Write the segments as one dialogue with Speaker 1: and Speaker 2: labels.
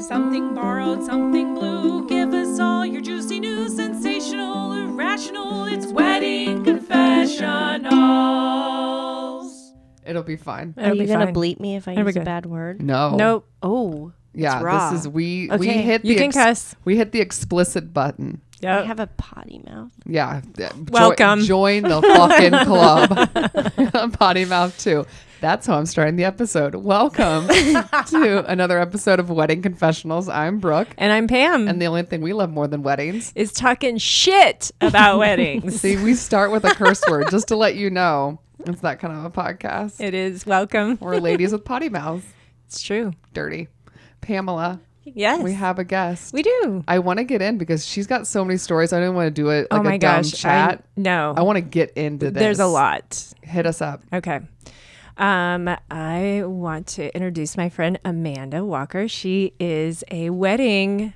Speaker 1: Something borrowed, something blue. Give us all your juicy news, sensational, irrational. It's wedding confessionals.
Speaker 2: It'll be fine.
Speaker 3: Are
Speaker 4: It'll
Speaker 3: you
Speaker 4: be
Speaker 3: gonna
Speaker 4: fine.
Speaker 3: bleep me if I
Speaker 4: It'll be
Speaker 3: use a
Speaker 4: good.
Speaker 3: bad word?
Speaker 2: No.
Speaker 4: Nope.
Speaker 3: Oh,
Speaker 2: Yeah,
Speaker 3: raw.
Speaker 2: this is we we
Speaker 3: Okay.
Speaker 2: hit the
Speaker 4: You can cuss.
Speaker 2: we hit the explicit button.
Speaker 3: I
Speaker 4: Yep.
Speaker 3: have a potty mouth.
Speaker 2: Yeah. th- jo-
Speaker 4: Welcome.
Speaker 2: join the fucking club. Potty mouth too. That's how I'm starting the episode. Welcome to another episode of Wedding Confessionals. I'm Brooke,
Speaker 4: And I'm Pam.
Speaker 2: and the only thing we love more than weddings.
Speaker 4: is talking shit about weddings.
Speaker 2: See, we start with a curse word just to let you know it's that kind of a podcast.
Speaker 4: It is welcome.
Speaker 2: We're ladies with potty mouths.
Speaker 4: It's true.
Speaker 2: Dirty. Pamela,
Speaker 4: Yes.
Speaker 2: we have a guest.
Speaker 4: We do.
Speaker 2: I want to get in because she's got so many stories. I don't want to do it like
Speaker 4: oh my
Speaker 2: a dumb
Speaker 4: gosh.
Speaker 2: chat.
Speaker 4: I no.
Speaker 2: I want to get into this.
Speaker 4: There's a lot.
Speaker 2: Hit us up.
Speaker 4: Okay. Um, I want to introduce my friend Amanda Walker. She is a wedding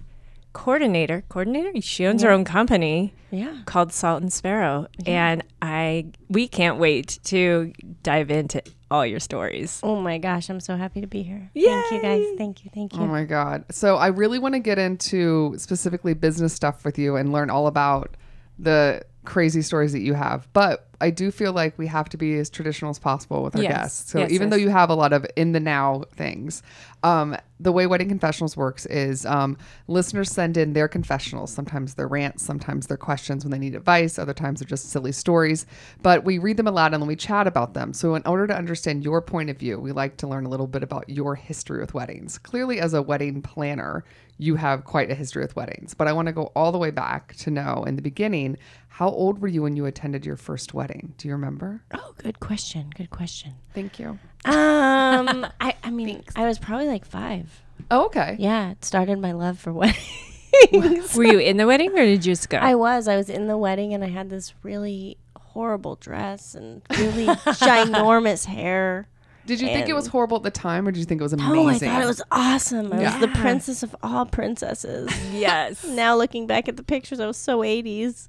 Speaker 4: coordinator. Coordinator? She owns her own company.
Speaker 3: Yeah.
Speaker 4: called Salt and Sparrow, and I we can't wait to dive into all your stories.
Speaker 3: Oh my gosh, I'm so happy to be here. Thank you guys. Thank you. Thank you.
Speaker 2: Oh my God. So I really want to get into specifically business stuff with you and learn all about the crazy stories that you have. But I do feel like we have to be as traditional as possible with our
Speaker 4: Yes.
Speaker 2: guests. So
Speaker 4: Yes,
Speaker 2: even
Speaker 4: yes.
Speaker 2: though you have a lot of in the now things, um, the way Wedding Confessionals works is um, listeners send in their confessionals. Sometimes they're rants, sometimes they're questions when they need advice, other times they're just silly stories. But we read them aloud and then we chat about them. So, in order to understand your point of view, we like to learn a little bit about your history with weddings. Clearly, as a wedding planner, you have quite a history with weddings, but I want to go all the way back to know in the beginning how old were you when you attended your first wedding? Do you remember?
Speaker 3: Oh, good question. Good question.
Speaker 2: Thank you.
Speaker 3: Um, I, I mean, I was probably like five.
Speaker 2: Oh, okay.
Speaker 3: Yeah, it started my love for weddings.
Speaker 4: Were you in the wedding or did you just go?
Speaker 3: I was. I was in the wedding and I had this really horrible dress and really ginormous hair.
Speaker 2: Did you think it was horrible at the time or did you think it was amazing?
Speaker 3: Oh, I thought it was awesome. I was the
Speaker 4: Yeah.
Speaker 3: princess of all princesses.
Speaker 4: yes.
Speaker 3: now looking back at the pictures, I was so 80s.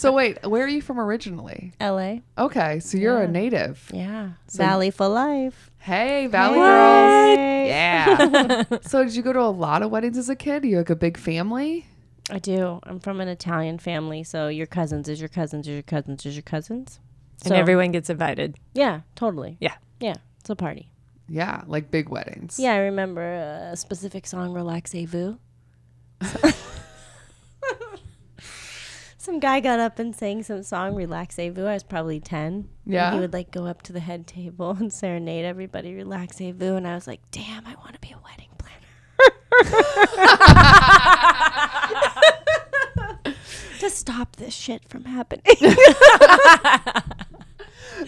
Speaker 2: so wait, where are you from originally?
Speaker 3: LA.
Speaker 2: Okay, so you're a native.
Speaker 3: Yeah. Valley for life.
Speaker 2: Hey, Valley Girls.
Speaker 3: Hey.
Speaker 2: Yeah. so did you go to a lot of weddings as a kid? You like a big family?
Speaker 3: I do. I'm from an Italian family, so your cousins is your cousins is your cousins is your cousins.
Speaker 4: And everyone gets invited.
Speaker 3: Yeah, totally.
Speaker 4: Yeah.
Speaker 3: Yeah. It's a party.
Speaker 2: Yeah, like big weddings.
Speaker 3: Yeah, I remember a specific song, Relaxez-vous. some guy got up and sang some song, Relaxez-vous. I was probably 10.
Speaker 2: Yeah.
Speaker 3: And he would like go up to the head table and serenade everybody, Relaxez-vous. And I was like, damn, I want to be a wedding planner. to stop this shit from happening.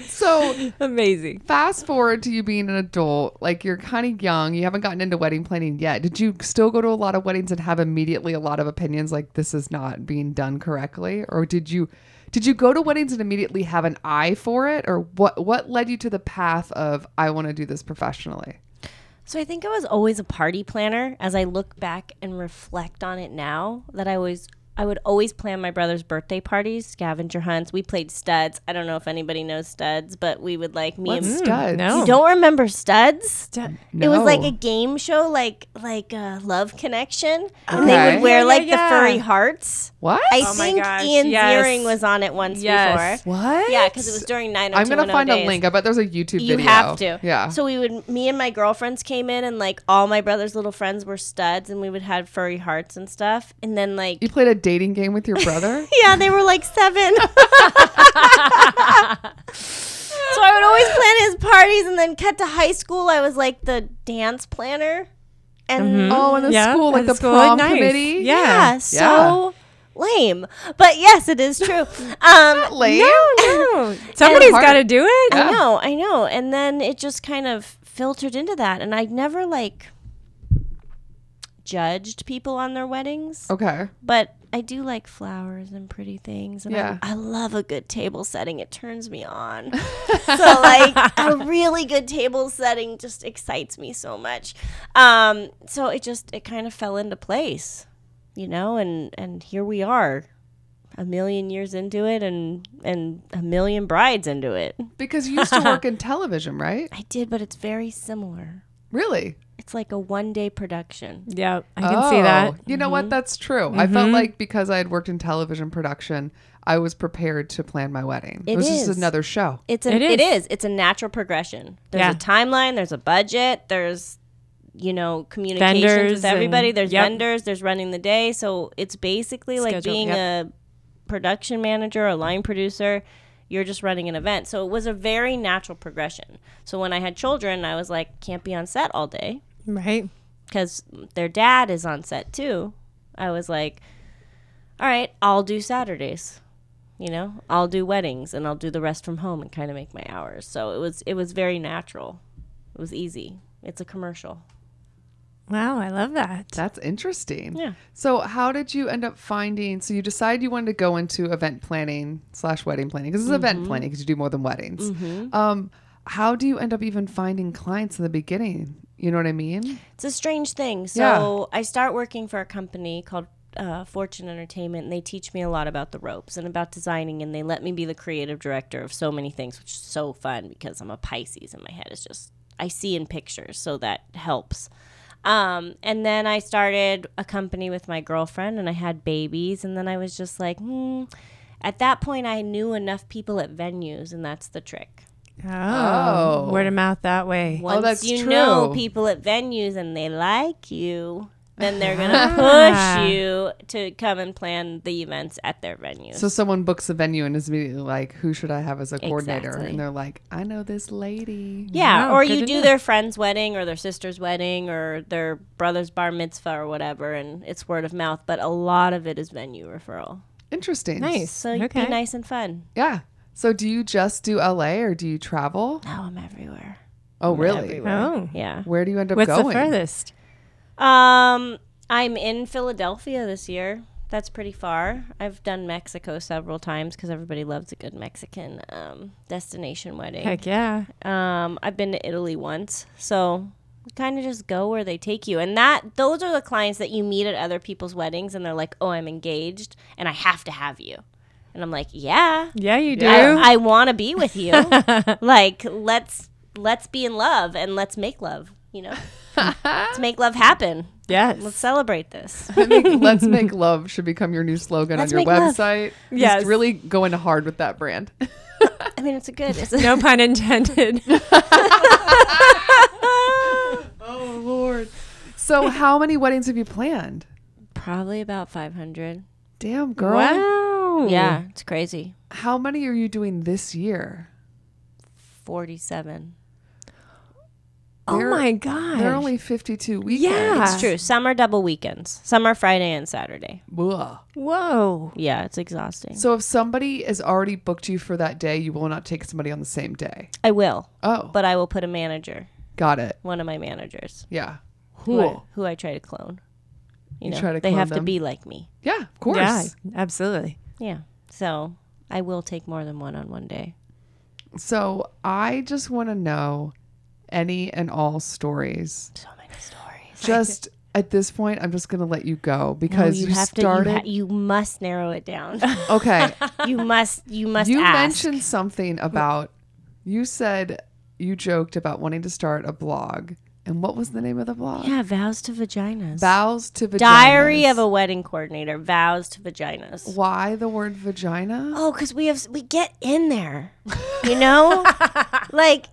Speaker 2: So
Speaker 4: Amazing.
Speaker 2: fast forward to you being an adult, like you're kind of young, you haven't gotten into wedding planning yet. Did you still go to a lot of weddings and have immediately a lot of opinions like this is not being done correctly? Or did you did you go to weddings and immediately have an eye for it? Or what what led you to the path of I want to do this professionally?
Speaker 3: So I think I was always a party planner. As I look back and reflect on it now, that I was I would always plan my brother's birthday parties, scavenger hunts. We played studs. I don't know if anybody knows studs, but we would like me
Speaker 2: What's
Speaker 3: and
Speaker 2: studs?
Speaker 4: Mm, no.
Speaker 3: you don't remember studs? It was like a
Speaker 2: No.
Speaker 3: game show, like like uh, Love Connection, and they
Speaker 2: Okay.
Speaker 3: would
Speaker 4: Yeah,
Speaker 3: wear
Speaker 4: yeah,
Speaker 3: like
Speaker 4: yeah.
Speaker 3: the furry hearts.
Speaker 2: what?
Speaker 3: I
Speaker 4: Oh my
Speaker 3: think
Speaker 4: gosh,
Speaker 3: Ian
Speaker 4: yes.
Speaker 3: Ziering was on it once
Speaker 4: Yes.
Speaker 3: before.
Speaker 2: what?
Speaker 3: Yeah, because it was during nine. oh
Speaker 2: I'm gonna find
Speaker 3: days.
Speaker 2: a link. I bet there's a YouTube
Speaker 3: You
Speaker 2: video.
Speaker 3: have to.
Speaker 2: Yeah.
Speaker 3: So we would, me and my girlfriends came in, and like all my brother's little friends were studs, and we would have furry hearts and stuff. And then like,
Speaker 2: you played a dating game with your brother?
Speaker 3: yeah, they were like seven. so I would always plan his parties, and then cut to high school. I was like the dance planner, and
Speaker 2: oh, in the
Speaker 4: Yeah,
Speaker 2: school, like
Speaker 4: at
Speaker 2: the,
Speaker 4: school,
Speaker 2: prom
Speaker 4: nice.
Speaker 2: committee.
Speaker 4: Yeah.
Speaker 3: yeah, so lame. But yes, it is true. Um,
Speaker 2: Lame.
Speaker 4: No. Somebody's
Speaker 2: hard.
Speaker 4: got to do it.
Speaker 3: I know, I know. And then it just kind of filtered into that. And I never like judged people on their weddings,
Speaker 2: Okay.
Speaker 3: but I do like flowers and pretty things. And
Speaker 2: Yeah.
Speaker 3: I, I love a good table setting, it turns me on. so, like, a really good table setting just excites me so much. Um, so it just, it kind of fell into place, you know, and, and here we are. A million years into it, and and a million brides into it.
Speaker 2: Because you used to work in television, right?
Speaker 3: I did, but it's very similar.
Speaker 2: Really?
Speaker 3: It's like a one day production.
Speaker 4: Yep, I can see that.
Speaker 2: Oh, You know what? That's true. I felt like because I had worked in television production, I was prepared to plan my wedding. It,
Speaker 3: It
Speaker 2: was
Speaker 3: is.
Speaker 2: just another show.
Speaker 3: It's a,
Speaker 4: It
Speaker 3: it,
Speaker 4: is.
Speaker 3: is. It's a natural progression. There's
Speaker 4: Yeah.
Speaker 3: a timeline. There's a budget. There's you know communications
Speaker 4: Vendors
Speaker 3: with everybody.
Speaker 4: and-
Speaker 3: there's
Speaker 4: yep.
Speaker 3: vendors. There's running the day. So it's basically like
Speaker 4: Schedule,
Speaker 3: being a production manager, a line producer. You're just running an event. So it was a very natural progression. So when I had children, I was like, can't be on set all day
Speaker 2: Oh,
Speaker 4: Right.
Speaker 3: because their dad is on set too. I was like, all right, I'll do Saturdays. You know, I'll do weddings and I'll do the rest from home and kind of make my hours. So it was it was very natural. It was easy. It's a commercial.
Speaker 4: Wow, I love that.
Speaker 2: That's interesting.
Speaker 3: Yeah.
Speaker 2: So how did you end up finding? So you decide you wanted to go into event planning slash wedding planning because it's event planning because you do more than weddings. Um, how do you end up even finding clients in the beginning? You know what I mean?
Speaker 3: It's a strange thing. So I start working for a company called uh, Fortune Entertainment, and they teach me a lot about the ropes and about designing, and they let me be the creative director of so many things, which is so fun because I'm a Pisces and my head is just I see in pictures, so that helps. Um, and then I started a company with my girlfriend, and I had babies, and then I was just like, hmm. At that point, I knew enough people at venues, and that's the trick.
Speaker 4: Oh,
Speaker 2: Oh.
Speaker 4: word of mouth that way.
Speaker 3: Once
Speaker 2: that's
Speaker 3: you know
Speaker 2: true.
Speaker 3: people at venues and they like you, then they're gonna push you to come and plan the events at their venues.
Speaker 2: So someone books a venue and is immediately like, "Who should I have as a coordinator?"
Speaker 3: Exactly.
Speaker 2: And they're like, "I know this lady."
Speaker 3: yeah,
Speaker 4: Wow,
Speaker 3: or
Speaker 4: good
Speaker 3: you
Speaker 4: to
Speaker 3: do
Speaker 4: know.
Speaker 3: their friend's wedding or their sister's wedding or their brother's bar mitzvah or whatever, and it's word of mouth. But a lot of it is venue referral.
Speaker 2: Interesting.
Speaker 4: Nice.
Speaker 3: So you
Speaker 4: okay.
Speaker 3: be nice and fun.
Speaker 2: Yeah. So do you just do LA or do you travel?
Speaker 3: Now I'm everywhere.
Speaker 2: Oh, really?
Speaker 3: everywhere.
Speaker 4: Oh,
Speaker 3: Yeah.
Speaker 2: Where do you end up
Speaker 4: what's
Speaker 2: going?
Speaker 4: the furthest?
Speaker 3: Um, I'm in Philadelphia this year. That's pretty far. I've done Mexico several times because everybody loves a good Mexican um, destination wedding.
Speaker 4: Heck yeah.
Speaker 3: Um, I've been to Italy once, so kind of just go where they take you. And that those are the clients that you meet at other people's weddings, and they're like, "Oh, I'm engaged, and I have to have you." And I'm like, "Yeah,
Speaker 4: Yeah, you do.
Speaker 3: I, I want to be with you. like, let's let's be in love and let's make love. You know, let's make love happen."
Speaker 4: yes.
Speaker 3: Let's celebrate this.
Speaker 2: I think Let's Make Love should become your new slogan
Speaker 3: Let's
Speaker 2: on your
Speaker 3: make love.
Speaker 2: website.
Speaker 4: Yes.
Speaker 2: Just really going hard with that brand.
Speaker 3: I mean, it's a good. It's a,
Speaker 4: no pun intended.
Speaker 2: oh, Lord. So, how many weddings have you planned?
Speaker 3: Probably about 500.
Speaker 2: Damn, girl.
Speaker 4: wow.
Speaker 3: Yeah, it's crazy.
Speaker 2: How many are you doing this year?
Speaker 3: 47.
Speaker 4: Oh
Speaker 2: They're-
Speaker 4: my god.
Speaker 2: There are only 52 weekends.
Speaker 4: Yeah.
Speaker 3: It's true. Some are double weekends. Some are Friday and Saturday.
Speaker 2: Ugh.
Speaker 4: Whoa.
Speaker 3: Yeah, it's exhausting.
Speaker 2: So, if somebody has already booked you for that day, you will not take somebody on the same day.
Speaker 3: I will,
Speaker 2: Oh,
Speaker 3: but I will put a manager,
Speaker 2: got it.
Speaker 3: one of my managers,
Speaker 2: Yeah.
Speaker 3: who, I,
Speaker 2: Cool.
Speaker 3: who I try to clone. You,
Speaker 2: You
Speaker 3: know,
Speaker 2: try to
Speaker 3: they
Speaker 2: clone
Speaker 3: have to
Speaker 2: them?
Speaker 3: be like me.
Speaker 2: Yeah, of course.
Speaker 4: Yeah, absolutely.
Speaker 3: Yeah. So I will take more than one on one day.
Speaker 2: So, I just want to know any and all stories
Speaker 3: So many stories.
Speaker 2: just at this point, I'm just gonna let you go because you, started.
Speaker 3: to. You, ha- you must narrow it down.
Speaker 2: okay,
Speaker 3: you must. You must.
Speaker 2: you
Speaker 3: ask.
Speaker 2: mentioned something about. You said you joked about wanting to start a blog, and what was the name of the blog?
Speaker 3: Yeah, vows to vaginas.
Speaker 2: Vows to vaginas.
Speaker 3: Diary of a wedding coordinator. Vows to vaginas.
Speaker 2: Why the word vagina?
Speaker 3: Oh, because we have we get in there, you know, like.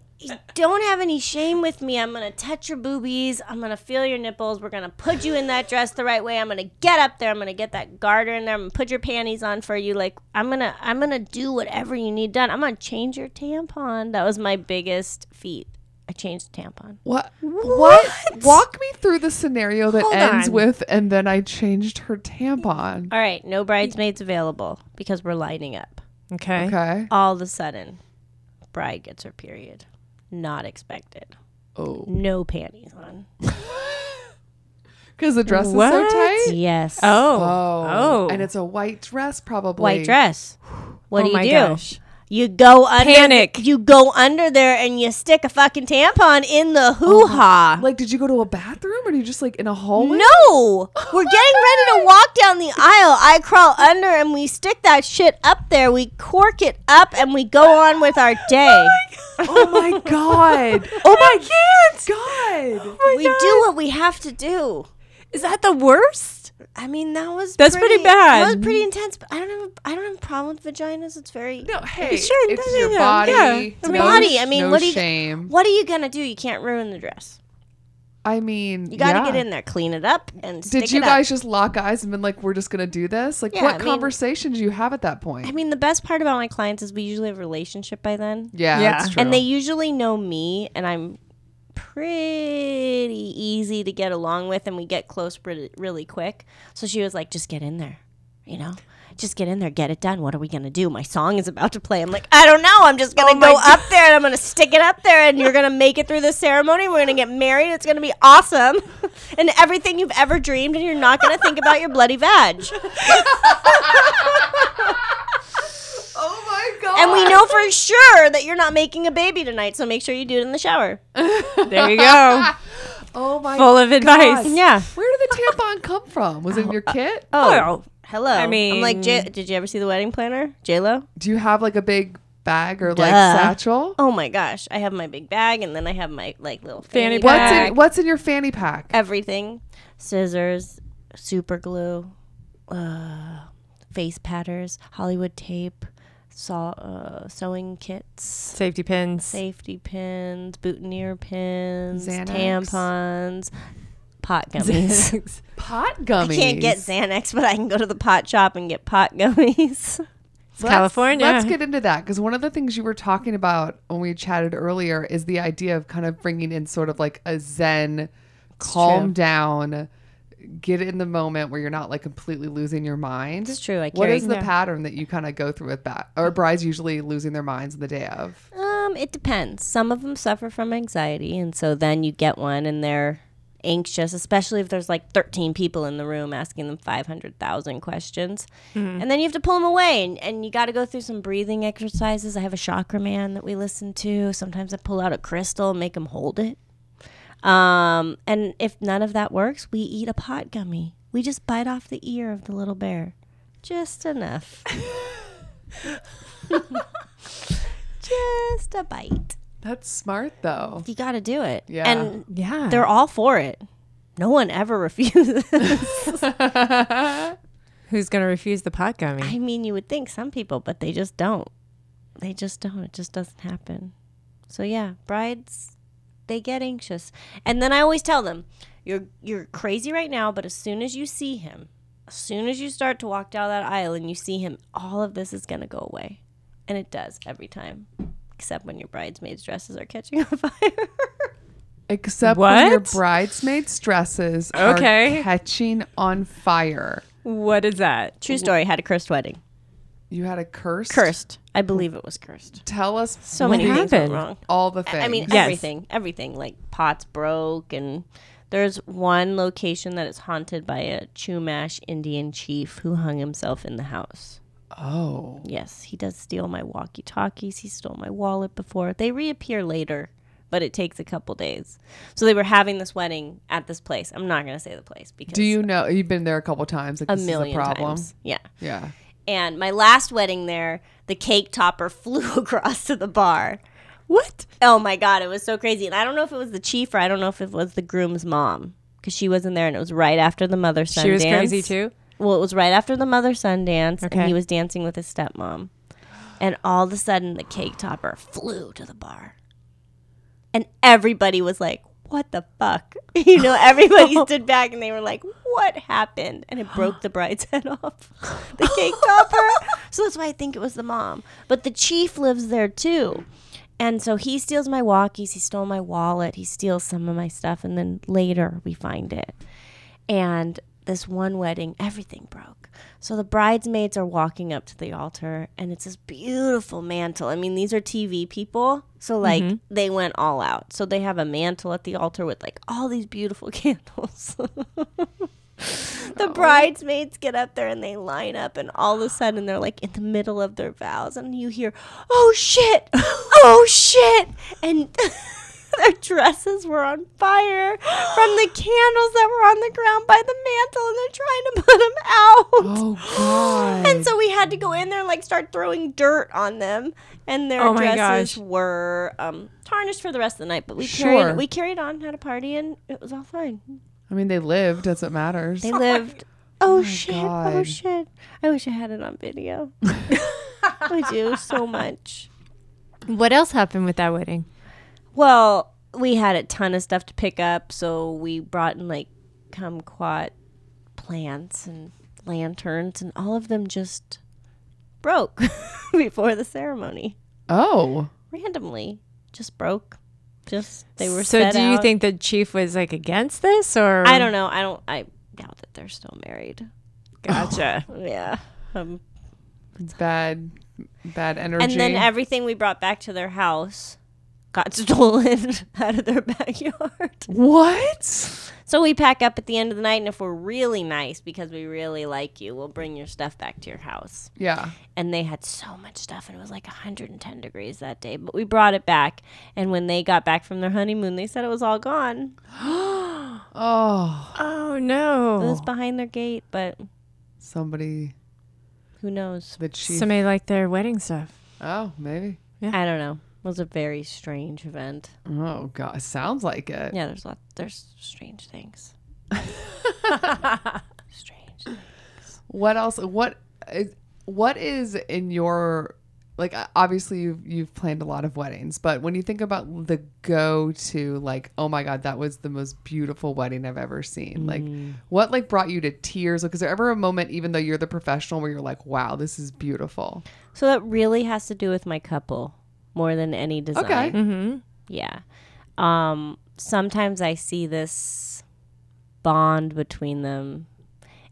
Speaker 3: Don't have any shame with me. I'm gonna touch your boobies. I'm gonna feel your nipples. We're gonna put you in that dress the right way. I'm gonna get up there. I'm gonna get that garter in there. I'm gonna put your panties on for you. Like I'm gonna I'm gonna do whatever you need done. I'm gonna change your tampon. That was my biggest feat. I changed the tampon.
Speaker 2: What? What? Walk me through the scenario that
Speaker 4: Hold
Speaker 2: ends
Speaker 4: on.
Speaker 2: with, and then I changed her tampon.
Speaker 3: All right, no bridesmaids available because we're lining up.
Speaker 4: Okay.
Speaker 2: Okay.
Speaker 3: All of a sudden, bride gets her period. Not expected.
Speaker 2: Oh,
Speaker 3: No panties on.
Speaker 2: because the dress is
Speaker 4: What?
Speaker 2: so tight.
Speaker 3: Yes.
Speaker 4: Oh.
Speaker 2: Oh,
Speaker 4: Oh.
Speaker 2: and it's a white dress, probably.
Speaker 3: white dress. What
Speaker 4: oh
Speaker 3: do you
Speaker 4: my
Speaker 3: do?
Speaker 4: gosh.
Speaker 3: You go under
Speaker 4: Panic.
Speaker 3: you go under there and you stick a fucking tampon in the
Speaker 4: Oh
Speaker 3: hoo-ha.
Speaker 2: Like, did you go to a bathroom, or are you just like in a hallway?
Speaker 3: no, we're getting ready to walk down the aisle. I crawl under and we stick that shit up there. We cork it
Speaker 4: Oh
Speaker 3: up and we go on with our day.
Speaker 2: Oh my god! oh my
Speaker 3: What?
Speaker 2: God.
Speaker 3: we do what we have to do.
Speaker 4: Is that the worst?
Speaker 3: I mean, that was
Speaker 4: That's pretty
Speaker 3: That
Speaker 4: bad.
Speaker 3: was pretty intense. But I don't have I don't have a problem with vaginas. It's very
Speaker 2: No, hey,
Speaker 4: Sure,
Speaker 2: it's
Speaker 4: no,
Speaker 2: your
Speaker 4: no, no.
Speaker 2: body.
Speaker 4: Yeah,
Speaker 2: no,
Speaker 4: it's
Speaker 3: body. I mean,
Speaker 2: no
Speaker 3: what do you-
Speaker 2: shame.
Speaker 3: What are you gonna do? You can't ruin the dress.
Speaker 2: I mean,
Speaker 3: You got to
Speaker 2: yeah.
Speaker 3: get in there, clean it up, and stick
Speaker 2: Did you
Speaker 3: it up.
Speaker 2: guys just lock eyes and been like, "We're just gonna do this"? Like,
Speaker 3: Yeah,
Speaker 2: what
Speaker 3: I mean-
Speaker 2: conversation do you have at that point?
Speaker 3: I mean, the best part about my clients is we usually have a relationship by then,
Speaker 2: yeah,
Speaker 4: Yeah.
Speaker 2: that's true.
Speaker 3: and they usually know me, and I'm pretty easy to get along with, and we get close pretty, really quick. So she was like, "Just get in there, you know." Just get in there, get it done. What are we gonna do? My song is about to play. I'm like, I don't know. I'm just gonna go up there and I'm gonna stick it up there, and you're gonna make it through the ceremony. We're gonna get married. It's gonna be awesome, and everything you've ever dreamed. And you're not gonna think about your bloody vag.
Speaker 2: oh my god.
Speaker 3: And we know for sure that you're not making a baby tonight, so make sure you do it in the shower.
Speaker 4: There you go.
Speaker 2: oh my.
Speaker 4: Full of advice.
Speaker 2: God.
Speaker 3: Yeah.
Speaker 2: Where did the tampon come from? Was it in your kit?
Speaker 4: Oh,
Speaker 3: Hello.
Speaker 4: I
Speaker 3: I'm like,
Speaker 4: mean-
Speaker 3: J- did you ever see the wedding planner, J Lo?
Speaker 2: Do you have like a big bag or like
Speaker 3: Duh.
Speaker 2: satchel?
Speaker 3: Oh my gosh, I have my big bag, and then I have my like little
Speaker 4: Fanny
Speaker 3: fanny,
Speaker 4: pack.
Speaker 3: pack.
Speaker 2: What's in
Speaker 4: Bag.
Speaker 2: What's in your fanny pack?
Speaker 3: Everything, scissors, super glue, uh, face patters, Hollywood tape, saw, uh, sewing kits.
Speaker 4: safety pins.
Speaker 3: Safety pins, boutonniere pins,
Speaker 2: Xanax.
Speaker 3: tampons, pot gummies.
Speaker 2: Pot gummies.
Speaker 3: I can't get Xanax, but I can go to the pot shop and get pot gummies.
Speaker 2: Let's-
Speaker 4: California.
Speaker 2: Let's get into that because one of the things you were talking about when we chatted earlier is the idea of kind of bringing in sort of like a Zen, calm
Speaker 3: true.
Speaker 2: down, get in the moment where you're not like completely losing your mind.
Speaker 3: It's true, I
Speaker 2: what
Speaker 3: carry-
Speaker 2: is the
Speaker 4: yeah.
Speaker 2: pattern that you kind of go through with that? Or brides usually losing their minds the day of.
Speaker 3: Um, it depends. Some of them suffer from anxiety, and so then you get one, and they're anxious, especially if there's like 13 people in the room asking them 500,000 questions, and then you have to pull them away, and, and you got to go through some breathing exercises. I have a chakra man that we listen to. Sometimes I pull out a crystal, and make them hold it. Um, and if none of that works, we eat a pot gummy. We just bite off the ear of the little bear, just enough. just a bite.
Speaker 2: That's smart though.
Speaker 3: You got to do it.
Speaker 2: Yeah.
Speaker 3: And
Speaker 4: Yeah.
Speaker 3: they're all for it. No one ever refuses.
Speaker 4: Who's going to refuse the pot gummy?
Speaker 3: I mean, you would think some people, but they just don't. They just don't. It just doesn't happen. So yeah, brides they get anxious. And then I always tell them, "You're you're crazy right now, but as soon as you see him, as soon as you start to walk down that aisle and you see him, all of this is going to go away." And it does every time. Except when your bridesmaids' dresses are catching on fire.
Speaker 2: Except when your
Speaker 4: What?
Speaker 2: bridesmaids' dresses
Speaker 4: Okay.
Speaker 2: are catching on fire.
Speaker 4: What is that?
Speaker 3: True story, had a cursed wedding.
Speaker 2: You had a curse.
Speaker 3: Cursed. I believe it was cursed.
Speaker 2: Tell us
Speaker 3: So
Speaker 4: What
Speaker 3: many things went
Speaker 4: happened?
Speaker 3: wrong.
Speaker 2: all the things.
Speaker 3: I mean,
Speaker 4: Yes.
Speaker 3: everything, everything. Like pots broke, and there's one location that is haunted by a Chumash Indian chief who hung himself in the house.
Speaker 2: oh.
Speaker 3: Yes, he does steal my walkie talkies. He stole my wallet before. They reappear later, but it takes a couple days. So they were having this wedding at this place. I'm not going to say the place because
Speaker 2: Do you know you've been there a couple times? Like
Speaker 3: a
Speaker 2: this
Speaker 3: million
Speaker 2: is a problem.
Speaker 3: times. Yeah.
Speaker 2: Yeah.
Speaker 3: And my last wedding there, the cake topper flew across to the bar.
Speaker 4: What?
Speaker 3: Oh my god, it was so crazy. And I don't know if it was the chief or I don't know if it was the groom's mom because she wasn't there, and it was right after the mother son.
Speaker 4: She was
Speaker 3: dance.
Speaker 4: crazy too.
Speaker 3: Well, it was right after the mother son dance,
Speaker 4: Okay.
Speaker 3: and he was dancing with his stepmom. And all of a sudden, the cake topper flew to the bar, and everybody was like, "What the fuck?" You know, everybody stood back and they were like, "What happened?" And it broke the bride's head off the cake topper. So that's why I think it was the mom. But the chief lives there too. And so he steals my walkies, he stole my wallet, he steals some of my stuff, and then later we find it. And this one wedding, everything broke. So the bridesmaids are walking up to the altar, and it's this beautiful mantle. I mean, these are TV people. So, like, they went all out. So they have a mantle at the altar with, like, all these beautiful candles. the bridesmaids get up there and they line up and all of a sudden they're like in the middle of their vows and you hear oh shit oh shit and Their dresses were on fire from the candles that were on the ground by the mantle, and they're trying to put them out.
Speaker 2: Oh god.
Speaker 3: And so we had to go in there and like start throwing dirt on them, and their
Speaker 4: Oh my
Speaker 3: dresses
Speaker 4: gosh.
Speaker 3: were um, tarnished for the rest of the night. But we
Speaker 2: Sure.
Speaker 3: carried we carried on, had a party, and it was all fine.
Speaker 2: I mean, they lived. That's what matters.
Speaker 3: They lived. Oh, shit! Oh
Speaker 2: God.
Speaker 3: shit! I wish I had it on video. I do so much.
Speaker 4: What else happened with that wedding?
Speaker 3: Well, we had a ton of stuff to pick up, so we brought in like kumquat plants and lanterns, and all of them just broke before the ceremony.
Speaker 2: Oh,
Speaker 3: Randomly, just broke. Just they were.
Speaker 4: So,
Speaker 3: set
Speaker 4: do you
Speaker 3: out.
Speaker 4: think the chief was like against this, or
Speaker 3: I don't know. I don't. I doubt that they're still married.
Speaker 4: Gotcha.
Speaker 3: Yeah. Um,
Speaker 2: it's bad, bad energy.
Speaker 3: and then everything we brought back to their house got stolen out of their backyard.
Speaker 2: what?
Speaker 3: So we pack up at the end of the night, and if we're really nice because we really like you, we'll bring your stuff back to your house.
Speaker 2: Yeah.
Speaker 3: And they had so much stuff, and it was like 110 degrees that day, but we brought it back. And when they got back from their honeymoon, they said it was all gone.
Speaker 2: Oh,
Speaker 4: oh
Speaker 3: It was
Speaker 4: no!
Speaker 3: behind their gate, but
Speaker 2: somebody
Speaker 3: who knows?
Speaker 2: the chief.
Speaker 4: Somebody liked their wedding stuff.
Speaker 2: oh, maybe.
Speaker 3: I don't know. It was a very strange event.
Speaker 2: Oh god, sounds like it.
Speaker 3: Yeah, there's lot. There's strange things. strange.
Speaker 2: What else? What is? What is in your like? uh, Obviously, you've you've planned a lot of weddings, but when you think about the go to, like, oh my god, that was the most beautiful wedding I've ever seen. Like, what like brought you to tears? Like, is there ever a moment, even though you're the professional, where you're like, wow, this is beautiful?
Speaker 3: So that really has to do with my couple more than any design.
Speaker 2: Okay.
Speaker 4: Mm-hmm.
Speaker 3: Yeah. Um, sometimes I see this bond between them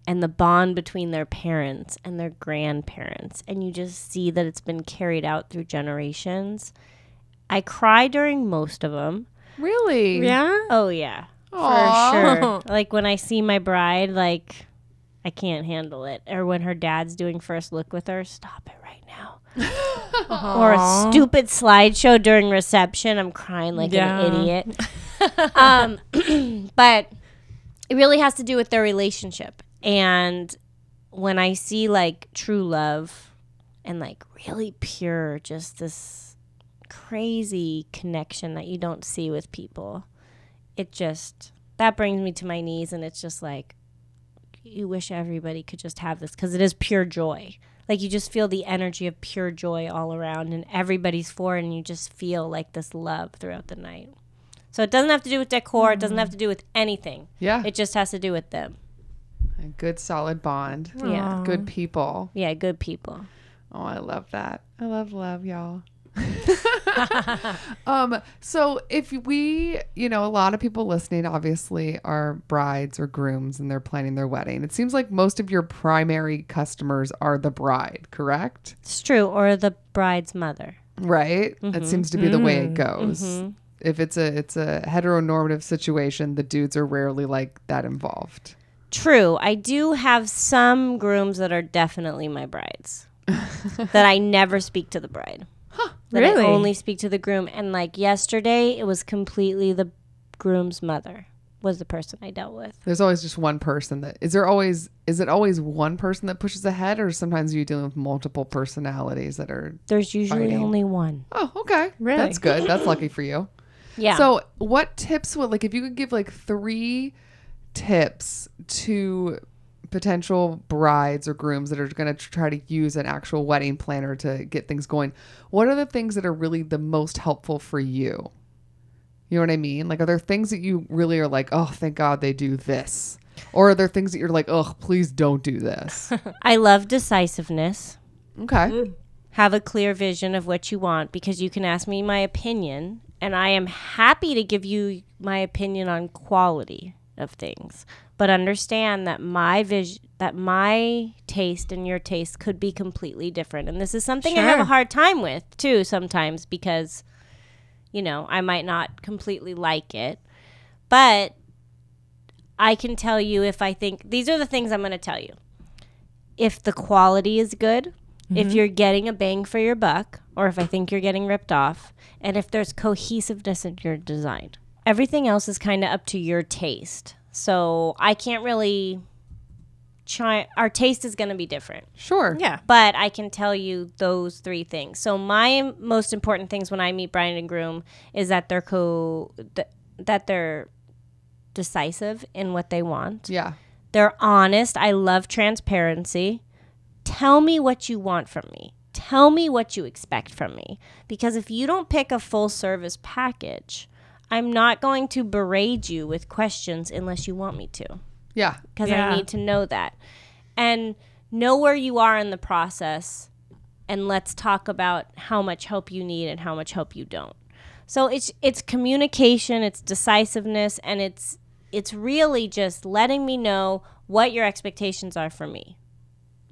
Speaker 3: and the bond between their parents and their grandparents. And you just see that it's been carried out through generations. I cry during most of them.
Speaker 2: Really?
Speaker 4: Yeah.
Speaker 3: Oh, yeah.
Speaker 2: Aw.
Speaker 3: For sure. like when I see my bride, like I can't handle it. Or when her dad's doing first look with her, stop it right now. or a stupid slideshow during reception, I'm crying like
Speaker 4: Yeah.
Speaker 3: an idiot. um, but it really has to do with their relationship. And when I see like true love and like really pure, just this crazy connection that you don't see with people, it just that brings me to my knees. And it's just like, you wish everybody could just have this because it is pure joy. Like you just feel the energy of pure joy all around, and everybody's for it, and you just feel like this love throughout the night. So it doesn't have to do with decor. It doesn't have to do with anything.
Speaker 2: Yeah.
Speaker 3: It just has to do with them.
Speaker 2: A good solid bond.
Speaker 3: Yeah.
Speaker 2: Good people.
Speaker 3: Yeah, good people.
Speaker 2: Oh, I love that. I love love, y'all. um, so if we, you know, a lot of people listening obviously are brides or grooms and they're planning their wedding. It seems like most of your primary customers are the bride, correct?
Speaker 3: It's true. Or the bride's mother.
Speaker 2: Right? That seems to be the way it goes. If it's a it's a heteronormative situation, the dudes are rarely like that involved.
Speaker 3: True. I do have some grooms that are definitely my brides that I never speak to the bride. That
Speaker 4: Really?
Speaker 3: I only speak to the groom. And like yesterday, it was completely the groom's mother was the person I dealt with.
Speaker 2: There's always just one person that is there always is it always one person that pushes ahead or sometimes are you dealing with multiple personalities that are
Speaker 3: There's usually
Speaker 2: Fighting.
Speaker 3: only one.
Speaker 2: Oh, okay.
Speaker 4: Really?
Speaker 2: That's good. That's lucky for you.
Speaker 3: Yeah.
Speaker 2: So, what tips would like if you could give like 3 tips to potential brides or grooms that are going to try to use an actual wedding planner to get things going? What are the things that are really the most helpful for you? You know what I mean? Like are there things that you really are like, "Oh, thank God they do this." Or are there things that you're like, "Oh, please don't do this."
Speaker 3: I love decisiveness.
Speaker 2: okay.
Speaker 3: have a clear vision of what you want because you can ask me my opinion and I am happy to give you my opinion on quality of things but understand that my vision that my taste and your taste could be completely different and this is something I have a
Speaker 4: Sure.
Speaker 3: hard time with too sometimes because you know I might not completely like it but I can tell you if I think these are the things I'm going to tell you if the quality is good, if you're getting a bang for your buck, or if I think you're getting ripped off, and if there's cohesiveness in your design. Everything else is kind of up to your taste. So I can't really. Chi- our taste is going to be different
Speaker 2: Sure.
Speaker 4: Yeah.
Speaker 3: but I can tell you those three things. So my most important things when I meet Brian and groom is that they're co th- that they're decisive in what they want.
Speaker 2: Yeah.
Speaker 3: They're honest. I love transparency. Tell me what you want from me. Tell me what you expect from me because if you don't pick a full service package, I'm not going to berate you with questions unless you want me to
Speaker 2: Yeah.
Speaker 3: because
Speaker 4: Yeah.
Speaker 3: I need to know that. And know where you are in the process and let's talk about how much help you need and how much help you don't. So it's it's communication, it's decisiveness and it's it's really just letting me know what your expectations are for me.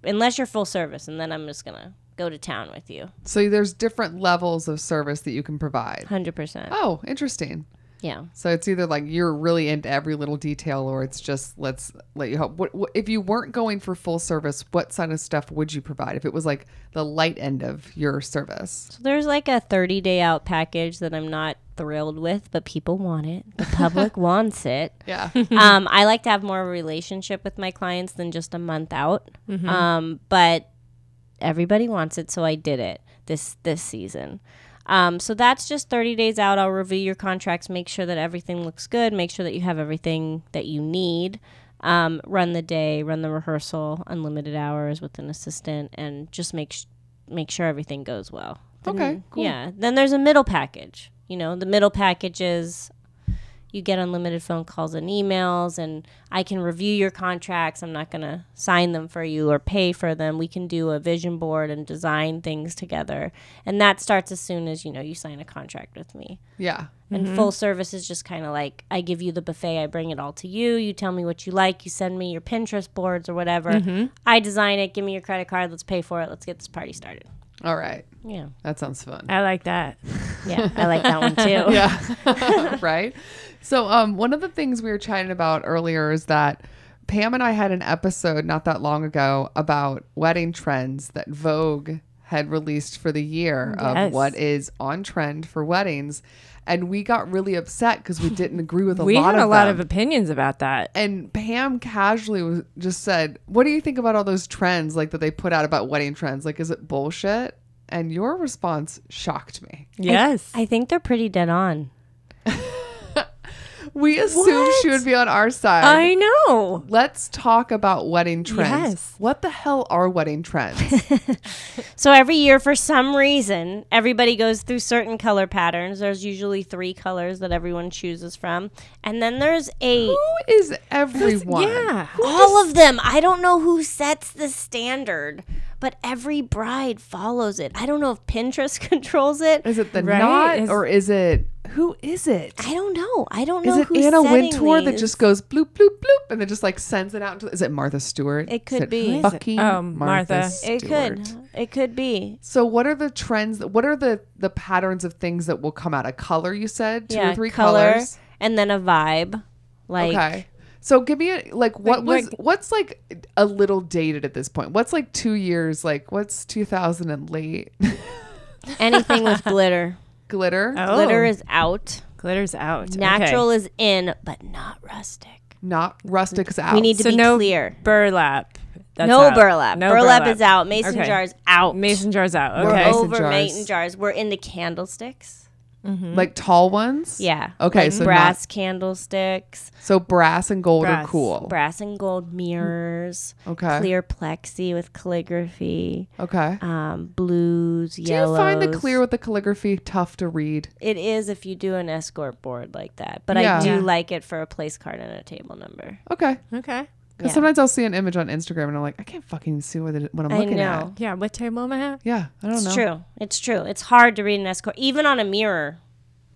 Speaker 3: Unless you're full service and then I'm just going to go to town with you.
Speaker 2: So there's different levels of service that you can provide.
Speaker 3: 100%.
Speaker 2: Oh, interesting.
Speaker 3: Yeah.
Speaker 2: So it's either like you're really into every little detail, or it's just let's let you help. What, what if you weren't going for full service? What side of stuff would you provide if it was like the light end of your service?
Speaker 3: So there's like a 30 day out package that I'm not thrilled with, but people want it. The public wants it.
Speaker 2: Yeah,
Speaker 3: um, I like to have more of a relationship with my clients than just a month out. Um, but everybody wants it, so I did it this this season. Um, so that's just 30 days out. I'll review your contracts, make sure that everything looks good, make sure that you have everything that you need. Um, run the day, run the rehearsal, unlimited hours with an assistant, and just make sh- make sure everything goes well. Then-
Speaker 2: Okay, cool.
Speaker 3: Yeah. Then there's a middle package. You know, the middle package is you get unlimited phone calls and emails and i can review your contracts i'm not going to sign them for you or pay for them we can do a vision board and design things together and that starts as soon as you know you sign a contract with me
Speaker 2: yeah,
Speaker 3: and full service is just kind of like I give you the buffet, I bring it all to you. You tell me what you like, you send me your Pinterest boards or whatever. I design it, give me your credit card, let's pay for it, let's get this party started.
Speaker 2: all right.
Speaker 3: Yeah,
Speaker 2: That sounds fun.
Speaker 4: I like that.
Speaker 3: yeah, I like that one too.
Speaker 2: Yeah. right? So, um, one of the things we were chatting about earlier is that Pam and I had an episode not that long ago about wedding trends that Vogue had released for the year of
Speaker 4: Yes.
Speaker 2: what is on trend for weddings. And we got really upset because we didn't agree with a
Speaker 4: we
Speaker 2: lot
Speaker 4: had a
Speaker 2: of
Speaker 4: lot
Speaker 2: them.
Speaker 4: of opinions about that.
Speaker 2: and Pam casually was, just said, "What do you think about all those trends like that they put out about wedding trends? Like, is it bullshit?" And your response shocked me.
Speaker 4: Yes.
Speaker 3: I think they're pretty dead on.
Speaker 2: We assumed she would be on our side.
Speaker 4: I know.
Speaker 2: Let's talk about wedding trends.
Speaker 4: Yes.
Speaker 2: What the hell are wedding trends?
Speaker 3: So every year, for some reason, everybody goes through certain color patterns. There's usually three colors that everyone chooses from, and then there's a
Speaker 2: Who is everyone?
Speaker 4: Yeah.
Speaker 3: all of them. I don't know who sets the standard, but every bride follows it. I don't know if Pinterest controls it.
Speaker 2: Is it the
Speaker 4: Right?
Speaker 2: knot
Speaker 4: Is-
Speaker 2: or is it who is it?
Speaker 3: I don't know. I don't
Speaker 2: Is
Speaker 3: know
Speaker 2: it
Speaker 3: who's
Speaker 2: Anna
Speaker 3: setting
Speaker 2: Wintour that
Speaker 3: these.
Speaker 2: just goes bloop bloop bloop and then just like sends it out into? Is it Martha Stewart?
Speaker 3: It could
Speaker 2: Is
Speaker 3: be. Who is it? um,
Speaker 2: Fucking
Speaker 4: Oh,
Speaker 2: Martha.
Speaker 4: Martha.
Speaker 3: It could.
Speaker 2: Stewart.
Speaker 3: It could be.
Speaker 2: So what are the trends? What are the the patterns of things that will come out? A color you said, two or three colors.
Speaker 3: and then a vibe. Like
Speaker 2: Okay. So give me a, like what was
Speaker 4: like-
Speaker 2: what's like a little dated at this point. What's like two years like what's two thousand and late
Speaker 3: anything with glitter.
Speaker 2: glitter
Speaker 4: Oh.
Speaker 3: Glitter is out.
Speaker 4: Glitter's out. Okay.
Speaker 3: Natural is in, but not rustic.
Speaker 2: not rustic's out.
Speaker 3: We need to
Speaker 4: So
Speaker 3: be
Speaker 4: no
Speaker 3: clear.
Speaker 4: burlap. That's
Speaker 3: no
Speaker 4: out.
Speaker 3: burlap.
Speaker 4: No
Speaker 3: burlap. is out. Mason
Speaker 4: Okay.
Speaker 3: jars out.
Speaker 4: Mason jars out.
Speaker 2: We're
Speaker 4: Okay.
Speaker 2: Mason
Speaker 3: over
Speaker 2: jars.
Speaker 3: mason jars. We're into candlesticks.
Speaker 4: Mm-hmm.
Speaker 2: like tall ones.
Speaker 3: Yeah.
Speaker 2: Okay,
Speaker 3: Like
Speaker 2: so
Speaker 3: brass candlesticks,
Speaker 2: So brass and gold
Speaker 4: Brass.
Speaker 2: are cool.
Speaker 3: brass and gold mirrors,
Speaker 2: Oh. Okay.
Speaker 3: clear plexi with calligraphy,
Speaker 2: Okay.
Speaker 3: um, blues,
Speaker 2: Do you
Speaker 3: yellows.
Speaker 2: find the clear with the calligraphy tough to read?
Speaker 3: It is if you do an escort board like that, but
Speaker 2: Yeah.
Speaker 3: I do
Speaker 2: Yeah.
Speaker 3: like it for a place card and a table number.
Speaker 2: Okay.
Speaker 4: Okay.
Speaker 2: Because
Speaker 3: Yeah.
Speaker 2: sometimes I'll see an image on Instagram and I'm like, I can't fucking see what, it, what I'm
Speaker 3: I
Speaker 2: looking at.
Speaker 3: know.
Speaker 4: Yeah. What table am I at?
Speaker 2: Yeah, I don't
Speaker 3: It's
Speaker 2: know.
Speaker 3: true. It's true. It's hard to read an escort, even on a mirror.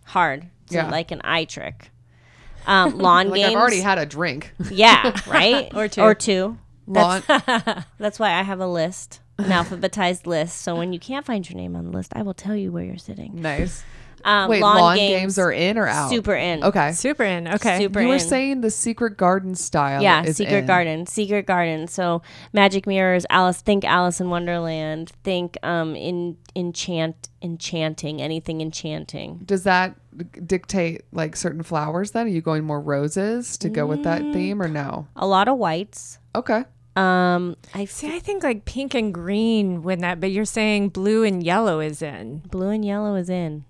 Speaker 3: Hard. It's
Speaker 2: Yeah.
Speaker 3: like an eye trick. Um, lawn
Speaker 2: Like
Speaker 3: games.
Speaker 2: I've already had a drink.
Speaker 3: yeah. Right. or
Speaker 4: two.
Speaker 3: Or two.
Speaker 2: Lawn,
Speaker 3: That's why I have a list, an alphabetized list. So when you can't find your name on the list, I will tell you where you're sitting.
Speaker 2: nice.
Speaker 3: Um,
Speaker 2: Wait, lawn, games, are in or out?
Speaker 3: super in.
Speaker 2: Okay.
Speaker 4: Super in. Okay.
Speaker 3: Super
Speaker 2: You were
Speaker 3: in.
Speaker 2: saying the secret garden style.
Speaker 3: yeah,
Speaker 2: is
Speaker 3: Secret
Speaker 2: in.
Speaker 3: Garden, Secret Garden. So Magic Mirrors, Alice. Think Alice in Wonderland. Think um in enchant, enchanting, anything enchanting.
Speaker 2: Does that dictate like certain flowers then? Are you going more roses to go with that theme or no?
Speaker 3: A lot of whites.
Speaker 2: Okay.
Speaker 3: Um, I f-
Speaker 4: See, I think like pink and green win that, but you're saying blue and yellow is in.
Speaker 3: blue and yellow is in.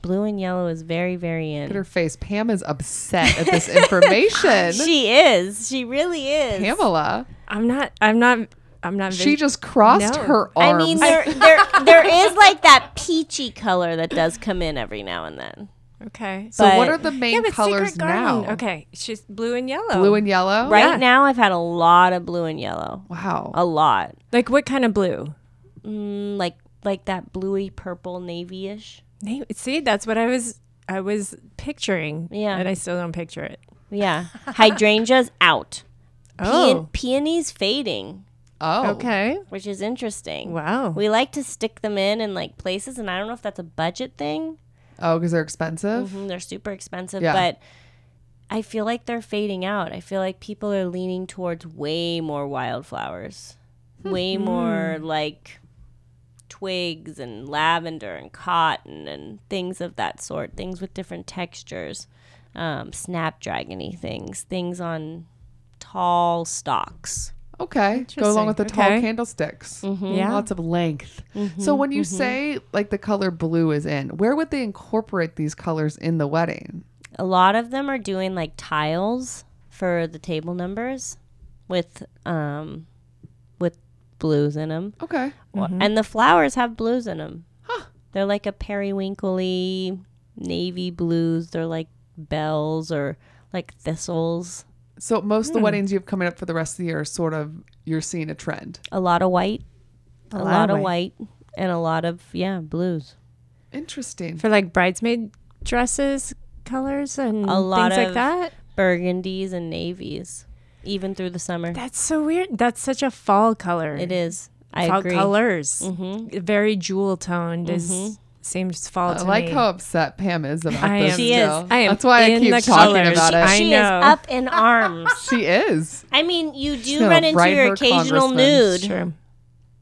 Speaker 3: Blue and yellow is very very
Speaker 2: Look
Speaker 3: in.
Speaker 2: at her face. Pam is upset at this information.
Speaker 3: She is. She really is.
Speaker 2: Pamela.
Speaker 4: I'm not. I'm not. I'm not.
Speaker 2: She
Speaker 4: vis-
Speaker 2: just crossed
Speaker 4: No.
Speaker 2: her
Speaker 3: I
Speaker 2: arms.
Speaker 3: mean, there, there, there is like that peachy color that does come in every now and then.
Speaker 4: okay.
Speaker 2: so what
Speaker 3: but-
Speaker 2: are the main
Speaker 4: yeah, but
Speaker 2: colors
Speaker 4: Secret Garden.
Speaker 2: now?
Speaker 4: Okay, she's blue and yellow.
Speaker 2: Blue and yellow?
Speaker 3: Right
Speaker 4: Oh, Yeah.
Speaker 3: now, I've had a lot of blue and yellow,
Speaker 2: Wow.
Speaker 3: a lot,
Speaker 4: like what kind of blue?
Speaker 3: mm, like like that bluey purple navy ish.
Speaker 4: Na- See, that's what I was. I was picturing.
Speaker 3: Yeah.
Speaker 4: and I still don't picture it.
Speaker 3: Yeah, hydrangeas out, Peon-
Speaker 4: Oh.
Speaker 3: peonies fading,
Speaker 2: Oh.
Speaker 4: okay.
Speaker 3: which is interesting.
Speaker 4: Wow.
Speaker 3: We like to stick them in in like places, and I don't know if that's a budget thing.
Speaker 2: Oh, because they're expensive?
Speaker 3: Mhm, they're super expensive,
Speaker 2: Yeah.
Speaker 3: but I feel like they're fading out. I feel like people are leaning towards way more wildflowers, way more like twigs and lavender and cotton and things of that sort, things with different textures, um, snapdragony things, things on tall stalks.
Speaker 2: Okay. Go along with the tall
Speaker 4: Okay. Mm-hmm.
Speaker 2: candlesticks.
Speaker 4: Yeah.
Speaker 2: Lots of length. so when
Speaker 4: Mm-hmm.
Speaker 2: you say like the color blue is in, where would they incorporate these colors in the wedding?
Speaker 3: A lot of them are doing like tiles for the table numbers with um, with blues in them.
Speaker 2: Okay.
Speaker 3: Well, And the flowers have blues in them. They're like a periwinkly navy blues. They're like bells or like thistles.
Speaker 2: So most
Speaker 4: Hmm.
Speaker 2: of the weddings you have coming up for the rest of the year are sort of you're seeing a trend.
Speaker 3: A lot of white. A,
Speaker 4: lot
Speaker 3: lot,
Speaker 4: of
Speaker 3: of white. and a lot of yeah blues.
Speaker 2: Interesting.
Speaker 4: For like bridesmaid dresses, colors and
Speaker 3: A lot
Speaker 4: things like
Speaker 3: of-
Speaker 4: that.
Speaker 3: Burgundies and navies, even through the summer.
Speaker 4: That's so weird. That's such a fall color.
Speaker 3: It is. I
Speaker 4: fall
Speaker 3: agree. Mm-hmm.
Speaker 4: colors. Very jewel toned is seems fall
Speaker 2: I
Speaker 4: to
Speaker 2: like
Speaker 4: me.
Speaker 2: how upset Pam is about
Speaker 4: I
Speaker 2: this.
Speaker 4: am-
Speaker 3: She is.
Speaker 2: still.
Speaker 4: I am
Speaker 2: That's why I
Speaker 4: in
Speaker 2: keep
Speaker 4: the
Speaker 2: talking
Speaker 4: colors.
Speaker 2: about
Speaker 4: I
Speaker 2: it.
Speaker 3: she
Speaker 4: know.
Speaker 3: is up in arms.
Speaker 2: She is.
Speaker 3: I mean, you do
Speaker 2: gonna
Speaker 3: run into
Speaker 2: write
Speaker 3: your
Speaker 2: her
Speaker 3: occasional
Speaker 2: congressman.
Speaker 3: nude.
Speaker 4: Sure.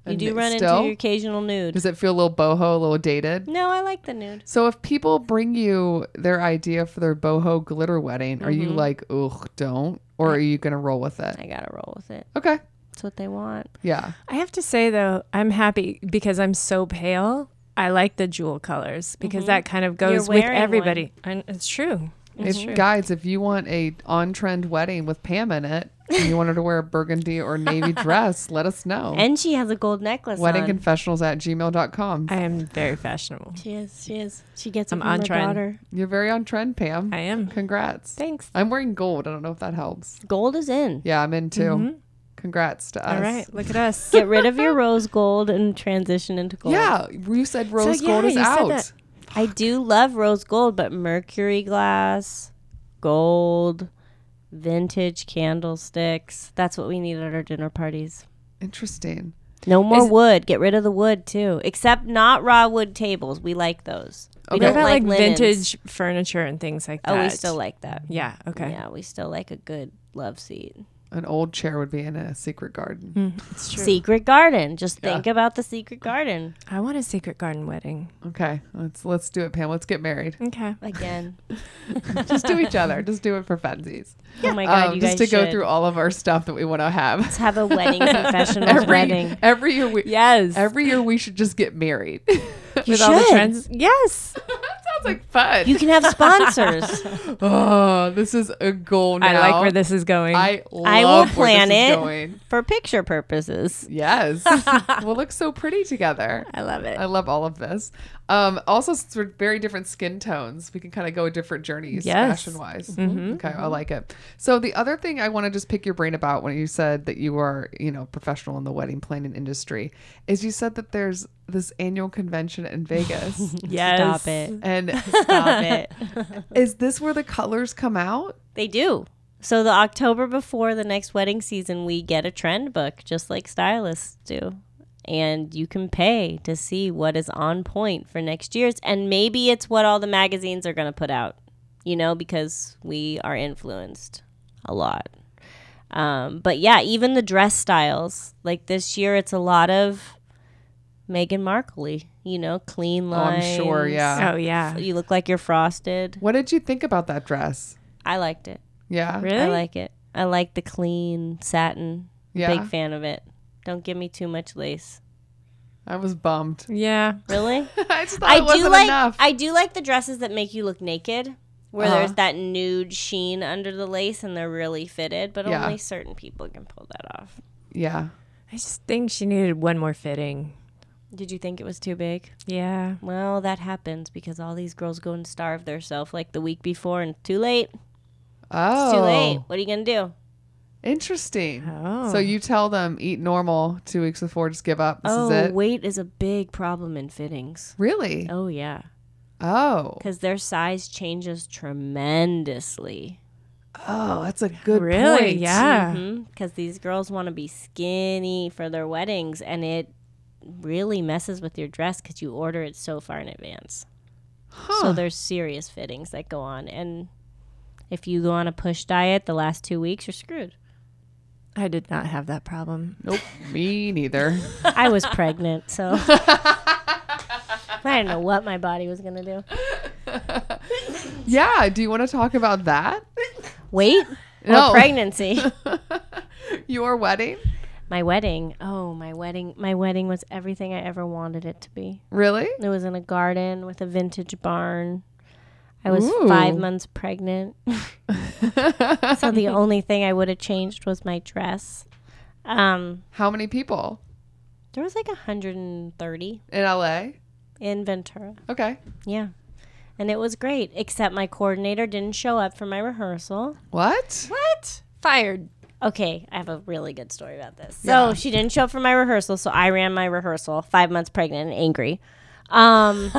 Speaker 3: You
Speaker 2: And
Speaker 3: do run
Speaker 2: still?
Speaker 3: into your occasional nude.
Speaker 2: Does it feel a little boho, a little dated?
Speaker 3: No, I like the nude.
Speaker 2: So if people bring you their idea for their boho glitter wedding, are
Speaker 4: Mm-hmm.
Speaker 2: you like, ugh, don't? Or are you gonna roll with it?
Speaker 3: I gotta roll with it.
Speaker 2: Okay.
Speaker 3: That's what they want.
Speaker 2: Yeah.
Speaker 4: I have to say though, I'm happy because I'm so pale. I like the jewel colors because that kind of goes with
Speaker 3: Mm-hmm. wearing one.
Speaker 4: everybody. And it's true. It's
Speaker 2: if
Speaker 4: true.
Speaker 2: guys, if you want a on trend wedding with Pam in it, and you want her to wear a burgundy or navy dress, let us know.
Speaker 3: And she has a gold necklace. on.
Speaker 2: Weddingconfessionals at gmail.com.
Speaker 4: I am very fashionable.
Speaker 3: She is. She is. She gets
Speaker 4: I'm
Speaker 3: it from
Speaker 4: on
Speaker 3: her
Speaker 4: trend.
Speaker 3: daughter.
Speaker 2: You're very on trend, Pam.
Speaker 4: I am.
Speaker 2: Congrats.
Speaker 4: Thanks.
Speaker 2: I'm wearing gold. I don't know if that helps.
Speaker 3: Gold is in.
Speaker 2: Yeah, I'm in too. Congrats to us.
Speaker 4: Mm-hmm. All right, look at us.
Speaker 3: Get rid of your rose gold and transition into gold.
Speaker 2: Yeah, you said rose
Speaker 4: yeah,
Speaker 2: gold is
Speaker 4: you said
Speaker 2: out.
Speaker 4: that.
Speaker 3: I do love rose gold, but mercury glass, gold, vintage candlesticks. That's what we need at our dinner parties.
Speaker 2: Interesting.
Speaker 3: No more
Speaker 4: Is-
Speaker 3: wood. Get rid of the wood too. Except not raw wood tables. We like those. We
Speaker 2: Okay.
Speaker 4: What
Speaker 3: don't
Speaker 4: about like,
Speaker 3: linens.
Speaker 4: vintage furniture and things like
Speaker 3: Oh,
Speaker 4: that?
Speaker 3: we still like that.
Speaker 4: Yeah. Okay.
Speaker 3: Yeah, we still like a good love seat.
Speaker 2: An old chair would be in a secret garden.
Speaker 4: It's true.
Speaker 3: Secret garden. Just think about the secret garden
Speaker 4: I want a secret garden wedding.
Speaker 2: Okay, let's let's do it, Pam. Let's get married.
Speaker 4: Okay.
Speaker 3: again.
Speaker 2: Just do each other. Just do it for funsies.
Speaker 3: Oh my god,
Speaker 2: Um,
Speaker 3: you
Speaker 2: just
Speaker 3: guys
Speaker 2: to go
Speaker 3: should.
Speaker 2: through all of our stuff that we want to have.
Speaker 3: Let's have a wedding confessional
Speaker 2: every
Speaker 3: wedding.
Speaker 2: every year we
Speaker 4: Yes.
Speaker 2: every year we should just get married.
Speaker 3: You
Speaker 4: With all the
Speaker 3: should.
Speaker 4: trends. Yes.
Speaker 2: that sounds like fun.
Speaker 3: You can have sponsors.
Speaker 2: oh, this is a goal now.
Speaker 4: I like where this is going.
Speaker 2: I love
Speaker 3: I will
Speaker 2: where
Speaker 3: plan
Speaker 2: this is
Speaker 3: it
Speaker 2: going.
Speaker 3: for picture purposes.
Speaker 2: Yes, we'll look so pretty together.
Speaker 4: I love it.
Speaker 2: I love all of this. Um, also, since we're very different skin tones, we can kind of go different journeys
Speaker 4: Yes.
Speaker 2: fashion wise.
Speaker 3: Mm-hmm,
Speaker 2: Mm-hmm. Okay, I like it. So the other thing I want to just pick your brain about when you said that you are, you know, professional in the wedding planning industry, is you said that there's this annual convention in Vegas,
Speaker 4: yes.
Speaker 3: Stop it.
Speaker 2: and um,
Speaker 3: Stop it.
Speaker 2: is this where the colors come out?
Speaker 3: They do. So the October before the next wedding season, we get a trend book, just like stylists do. and you can pay to see what is on point for next year's. And maybe it's what all the magazines are going to put out, you know, because we are influenced a lot. Um, but yeah, even the dress styles, like this year, it's a lot of Meghan Markley, you know, clean
Speaker 2: Oh, I'm
Speaker 3: lines.
Speaker 2: sure. Yeah.
Speaker 4: Oh yeah.
Speaker 3: You look like you're frosted.
Speaker 2: What did you think about that dress?
Speaker 3: I liked it.
Speaker 2: Yeah.
Speaker 4: Really?
Speaker 3: I like it. I like the clean satin.
Speaker 2: Yeah.
Speaker 3: Big fan of it. Don't give me too much lace.
Speaker 2: I was bummed.
Speaker 4: yeah.
Speaker 3: Really?
Speaker 2: I just thought
Speaker 3: I
Speaker 2: it wasn't
Speaker 3: do like
Speaker 2: enough.
Speaker 3: I do like the dresses that make you look naked. Where
Speaker 2: Uh-huh.
Speaker 3: there's that nude sheen under the lace and they're really fitted, but
Speaker 2: Yeah.
Speaker 3: only certain people can pull that off.
Speaker 2: yeah.
Speaker 4: I just think she needed one more fitting.
Speaker 3: Did you think it was too big?
Speaker 4: Yeah.
Speaker 3: Well, that happens because all these girls go and starve themselves like the week before and too late. It's
Speaker 2: Oh.
Speaker 3: too late. What are you gonna do?
Speaker 2: Interesting.
Speaker 4: Oh.
Speaker 2: So you tell them eat normal two weeks before, just give up. This
Speaker 3: oh,
Speaker 2: is it.
Speaker 3: weight is a big problem in fittings.
Speaker 2: Really?
Speaker 3: Oh yeah.
Speaker 2: Oh.
Speaker 3: Because their size changes tremendously.
Speaker 2: Oh, that's a good
Speaker 4: really?
Speaker 2: point.
Speaker 4: Yeah.
Speaker 3: Because Mm-hmm. these girls want to be skinny for their weddings, and it really messes with your dress because you order it so far in advance.
Speaker 2: Huh.
Speaker 3: So there's serious fittings that go on, and if you go on a push diet the last two weeks, you're screwed.
Speaker 4: I did not have that problem.
Speaker 2: nope. Me neither.
Speaker 3: I was pregnant, so I didn't know what my body was gonna do.
Speaker 2: yeah. Do you want to talk about that?
Speaker 3: Weight or
Speaker 2: No.
Speaker 3: pregnancy?
Speaker 2: Your wedding?
Speaker 3: my wedding. Oh, my wedding. My wedding was everything I ever wanted it to be.
Speaker 2: Really?
Speaker 3: It was in a garden with a vintage barn. I was
Speaker 2: Ooh.
Speaker 3: five months pregnant. so the only thing I would have changed was my dress. Um,
Speaker 2: How many people
Speaker 3: there was like 130
Speaker 2: in LA?
Speaker 3: in Ventura.
Speaker 2: Okay.
Speaker 3: Yeah. And it was great, except my coordinator didn't show up for my rehearsal.
Speaker 2: What?
Speaker 4: What? Fired.
Speaker 3: Okay, I have a really good story about this. So she didn't show up for my rehearsal, so I ran my rehearsal, five months pregnant and angry. Um,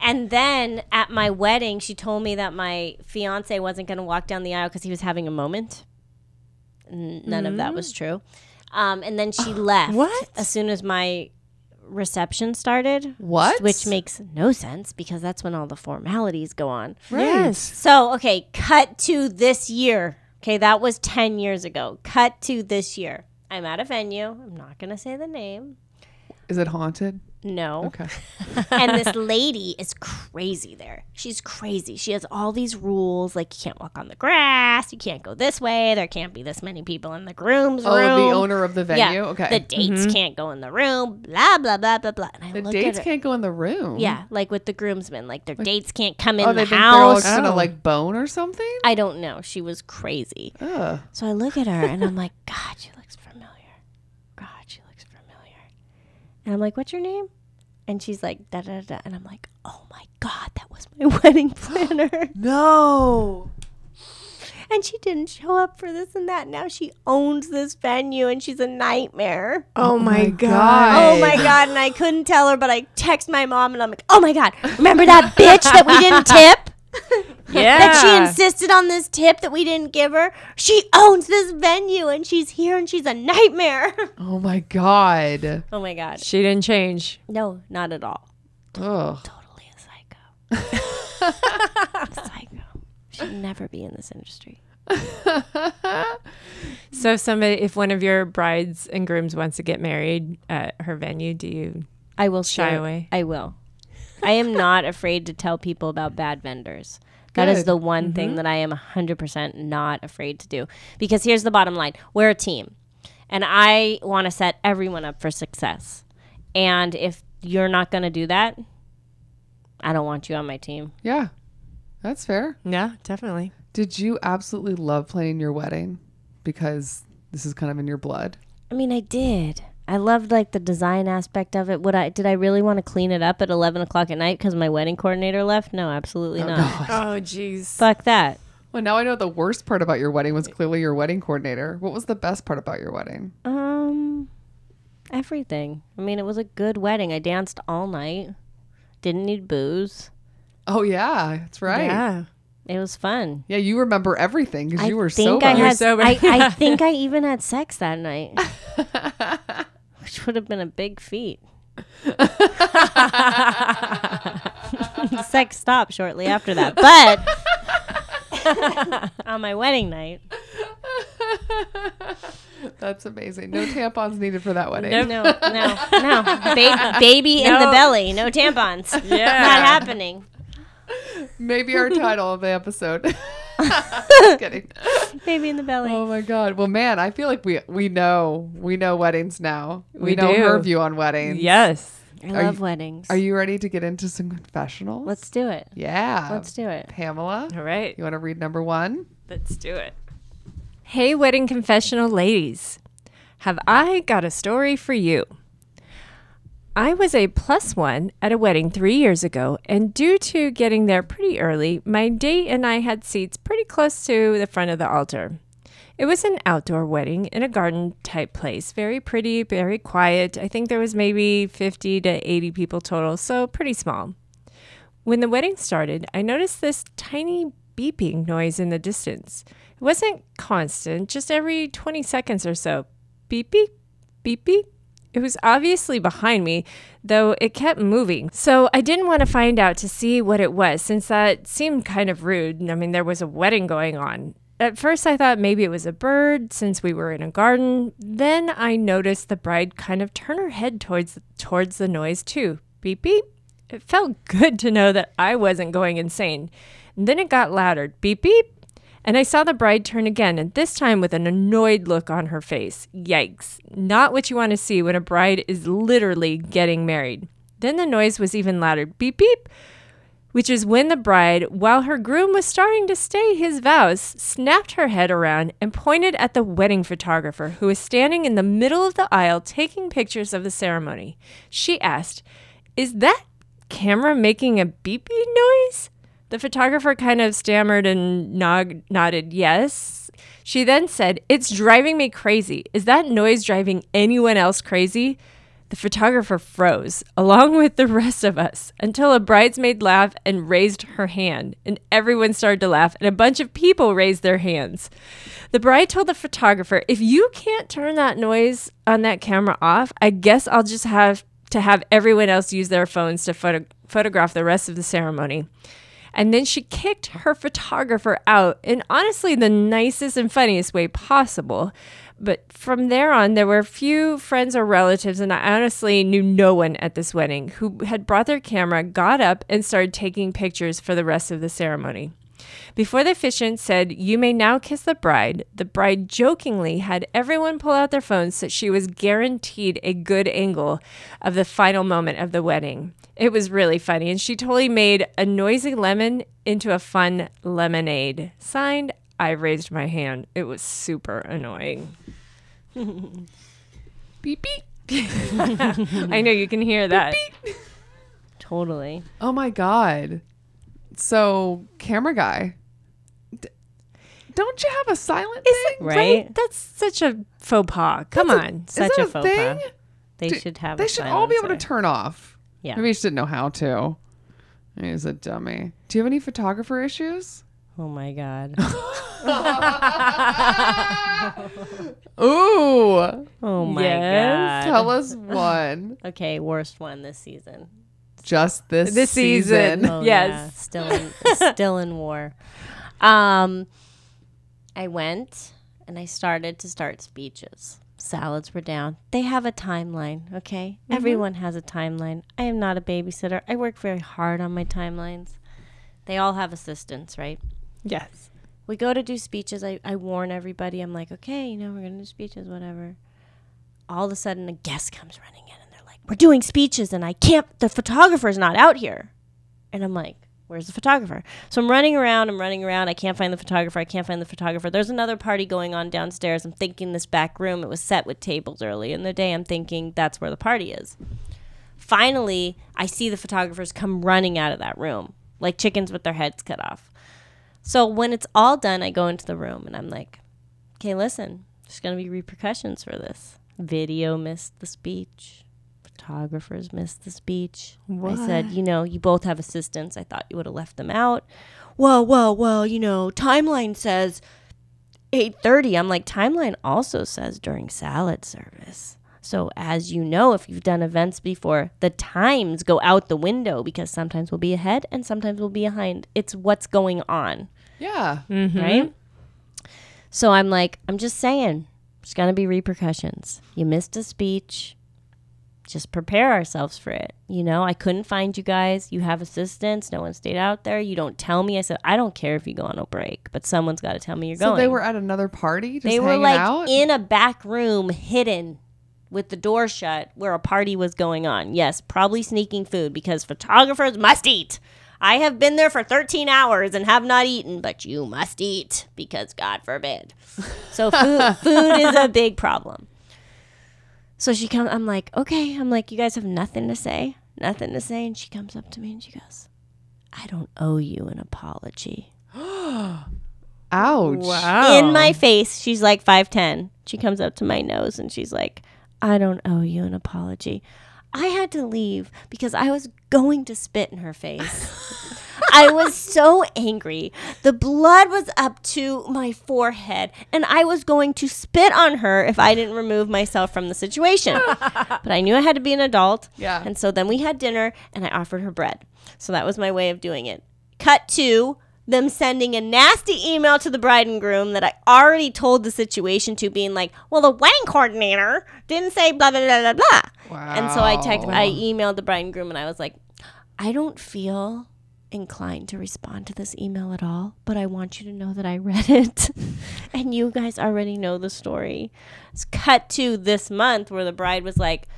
Speaker 3: and then at my wedding, she told me that my fiance wasn't going to walk down the aisle because he was having a moment. N- None of that was true. Um, and then she left
Speaker 4: what?
Speaker 3: as soon as my reception started.
Speaker 2: What?
Speaker 3: Which makes no sense because that's when all the formalities go on.
Speaker 2: Right.
Speaker 4: Yes.
Speaker 3: So, okay, cut to this year. Okay, that was 10 years ago. Cut to this year. I'm at a venue. I'm not going to say the name.
Speaker 2: Is it haunted?
Speaker 3: No.
Speaker 2: Okay.
Speaker 3: and this lady is crazy there. She's crazy. She has all these rules like you can't walk on the grass, you can't go this way, there can't be this many people in the groom's
Speaker 2: Oh,
Speaker 3: room.
Speaker 2: the owner of the venue.
Speaker 3: Yeah.
Speaker 2: Okay. Mm-hmm.
Speaker 3: The dates can't go in the room, blah, blah, blah, blah, blah. And I
Speaker 2: The
Speaker 3: look
Speaker 2: dates
Speaker 3: at her.
Speaker 2: can't go in the room.
Speaker 3: Yeah, like with the groomsmen, like their dates can't come in
Speaker 2: Oh,
Speaker 3: the
Speaker 2: they think they're all
Speaker 3: house.
Speaker 2: gonna
Speaker 4: Oh.
Speaker 2: like bone or something.
Speaker 3: I don't know. She was crazy.
Speaker 2: Ugh.
Speaker 3: So I look at her and I'm like, God, she looks familiar. God, she looks familiar. And I'm like, what's your name? And she's like, da da da. da. And I'm like, oh my God, that was my wedding planner.
Speaker 2: No.
Speaker 3: and she didn't show up for this and that. Now she owns this venue and she's a nightmare.
Speaker 4: Oh, my
Speaker 2: God.
Speaker 4: god.
Speaker 3: Oh my God. And I couldn't tell her, but I text my mom and I'm like, oh my God, remember that bitch that we didn't tip?
Speaker 4: Yeah.
Speaker 3: that she insisted on this tip that we didn't give her. She owns this venue and she's here and she's a nightmare.
Speaker 2: Oh my god.
Speaker 3: oh my god.
Speaker 4: She didn't change.
Speaker 3: No, not at all.
Speaker 2: Ugh.
Speaker 3: Totally a psycho. a psycho. Should never be in this industry.
Speaker 4: So if somebody, if one of your brides and grooms wants to get married at her venue, do you?
Speaker 3: I will
Speaker 4: Shy
Speaker 3: share-
Speaker 4: away.
Speaker 3: I will. I am not afraid to tell people about bad vendors. That is
Speaker 2: Good.
Speaker 3: the one thing that I am 100% not afraid to do. Because here's the bottom line we're a team, and I want to set everyone up for success. And if you're not going to do that, I don't want you on my team.
Speaker 2: Yeah. That's fair.
Speaker 4: No, definitely.
Speaker 2: Did you absolutely love playing your wedding? Because this is kind of in your blood.
Speaker 3: I mean, I did. I loved like the design aspect of it. Would I did I really want to clean it up at eleven o'clock at night because my wedding coordinator left? No, absolutely not.
Speaker 4: Oh jeez.
Speaker 3: Fuck that.
Speaker 2: Well, now I know the worst part about your wedding was clearly your wedding coordinator. What was the best part about your wedding?
Speaker 3: Um, everything. I mean, it was a good wedding. I danced all night. Didn't need booze.
Speaker 2: Oh yeah, that's right. Yeah,
Speaker 4: Yeah.
Speaker 3: It was fun.
Speaker 2: you remember everything because
Speaker 3: I
Speaker 2: you were
Speaker 3: think
Speaker 2: sober.
Speaker 3: I had.
Speaker 4: sober.
Speaker 3: I, I think I even had sex that night. which would have been a big feat. Sex stopped shortly after that, but on my wedding night,
Speaker 2: That's amazing. No tampons needed for that wedding.
Speaker 4: Nope.
Speaker 3: no, no, no, ba- baby in the
Speaker 4: No.
Speaker 3: belly, no tampons,
Speaker 4: Yeah.
Speaker 3: not happening.
Speaker 2: Maybe our title of the episode. Just kidding.
Speaker 3: Baby in the belly.
Speaker 2: Oh my god. Well, man, I feel like we we know we know weddings now. We,
Speaker 4: We
Speaker 2: know
Speaker 4: do.
Speaker 2: her view on weddings.
Speaker 4: Yes.
Speaker 3: I
Speaker 2: Are
Speaker 3: love
Speaker 2: you-
Speaker 3: weddings.
Speaker 2: Are you ready to get into some confessionals?
Speaker 3: Let's do it.
Speaker 2: Yeah.
Speaker 3: Let's do it.
Speaker 2: Pamela,
Speaker 4: All right.
Speaker 2: you want to read number one?
Speaker 4: Let's do it. Hey, wedding confessional ladies. Have I got a story for you? I was a plus one at a wedding three years ago, and due to getting there pretty early, my date and I had seats pretty close to the front of the altar. It was an outdoor wedding in a garden type place, very pretty, very quiet. I think there was maybe 50 to 80 people total, so pretty small. When the wedding started, I noticed this tiny beeping noise in the distance. It wasn't constant, just every 20 seconds or so. Beep, beep, beep, beep. It was obviously behind me, though it kept moving. So I didn't want to find out to see what it was, since that seemed kind of rude. I mean, there was a wedding going on. At first, I thought maybe it was a bird since we were in a garden. Then I noticed the bride kind of turn her head towards towards the noise too. Beep beep. It felt good to know that I wasn't going insane. And then it got louder beep, beep. And I saw the bride turn again, and this time with an annoyed look on her face. Yikes. Not what you want to see when a bride is literally getting married. Then the noise was even louder beep, beep, which is when the bride, while her groom was starting to stay his vows, snapped her head around and pointed at the wedding photographer who was standing in the middle of the aisle taking pictures of the ceremony. She asked, Is that camera making a beeping noise? The photographer kind of stammered and nod- nodded yes. She then said, It's driving me crazy. Is that noise driving anyone else crazy? The photographer froze, along with the rest of us, until a bridesmaid laughed and raised her hand, and everyone started to laugh, and a bunch of people raised their hands. The bride told the photographer, If you can't turn that noise on that camera off, I guess I'll just have to have everyone else use their phones to photo- photograph the rest of the ceremony. And then she kicked her photographer out in honestly the nicest and funniest way possible. But from there on, there were few friends or relatives, and I honestly knew no one at this wedding who had brought their camera, got up, and started taking pictures for the rest of the ceremony. Before the officiant said, You may now kiss the bride, the bride jokingly had everyone pull out their phones so she was guaranteed a good angle of the final moment of the wedding. It was really funny, and she totally made a noisy lemon into a fun lemonade. Signed, I raised my hand. It was super annoying.
Speaker 2: Beep beep.
Speaker 4: I know you can hear that.
Speaker 3: Totally.
Speaker 2: Oh my god. So, camera guy. D- don't you have a silent thing?
Speaker 3: Right?
Speaker 4: That's such a faux pas. Come on.
Speaker 2: Is
Speaker 3: Such
Speaker 2: that
Speaker 3: a
Speaker 2: a
Speaker 3: faux
Speaker 2: thing?
Speaker 3: pas. They
Speaker 2: Do-
Speaker 3: should have.
Speaker 2: They
Speaker 3: a
Speaker 2: should all be able to
Speaker 3: silencer.
Speaker 2: turn off.
Speaker 3: Yeah.
Speaker 2: Maybe you just didn't know how to. He's a dummy. Do you have any photographer issues?
Speaker 3: Oh my god.
Speaker 2: Ooh.
Speaker 3: Oh my
Speaker 4: Yes.
Speaker 3: god.
Speaker 2: Tell us one.
Speaker 3: Okay, worst one this season.
Speaker 2: Just this,
Speaker 4: This season.
Speaker 2: season.
Speaker 3: Oh,
Speaker 4: Yes.
Speaker 3: yeah, still in, still in war. Um, I went and I started to start speeches. Salads were down. They have a timeline, okay? Everyone has a timeline. I am not a babysitter. I work very hard on my timelines. They all have assistants, right?
Speaker 4: Yes.
Speaker 3: we go to do speeches. I, I warn everybody. I'm like, okay, you know, we're going to do speeches, whatever. All of a sudden, a guest comes running in and they're like, we're doing speeches and I can't, the photographer's not out here. And I'm like, where's the photographer? So I'm running around, I'm running around. I can't find the photographer. I can't find the photographer. There's another party going on downstairs. I'm thinking this back room, it was set with tables early in the day. I'm thinking that's where the party is. Finally, I see the photographers come running out of that room like chickens with their heads cut off. So when it's all done, I go into the room and I'm like, okay, listen, there's going to be repercussions for this. Video missed the speech. Photographers missed the speech. I said, you know, you both have assistants. I thought you would have left them out. Well, well, well, you know, timeline says 8:30. I'm like, timeline also says during salad service. So, as you know, if you've done events before, the times go out the window because sometimes we'll be ahead and sometimes we'll be behind. It's what's going on,
Speaker 2: Yeah.
Speaker 3: right? So, I'm like, I'm just saying, there's going to be repercussions. You missed a speech. Just prepare ourselves for it. You know, I couldn't find you guys. You have assistants. No one stayed out there. You don't tell me. I said, I don't care if you go on a break, but someone's got to tell me you're
Speaker 2: So
Speaker 3: going
Speaker 2: they were at another party, just
Speaker 3: they were
Speaker 2: hanging
Speaker 3: like
Speaker 2: out.
Speaker 3: in a back room hidden with the door shut where a party was going on yes probably sneaking food because photographers must eat i have been there for 13 hours and have not eaten but you must eat because god forbid so food, food is a big problem so she comes i'm like okay i'm like you guys have nothing to say nothing to say and she comes up to me and she goes i don't owe you an apology
Speaker 2: Ouch.
Speaker 4: Wow.
Speaker 3: in my face. She's like 5'10. She comes up to my nose and she's like, I don't owe you an apology. I had to leave because I was going to spit in her face. I was so angry. The blood was up to my forehead, and I was going to spit on her if I didn't remove myself from the situation. but I knew I had to be an adult.
Speaker 2: Yeah.
Speaker 3: And so then we had dinner, and I offered her bread. So that was my way of doing it. Cut to them sending a nasty email to the bride and groom that I already told the situation to, being like, "Well, the wedding coordinator didn't say blah blah blah blah blah." And so I text, I emailed the bride and groom, and I was like, "I don't feel." inclined to respond to this email at all, but I want you to know that I read it. and you guys already know the story. It's cut to this month where the bride was like,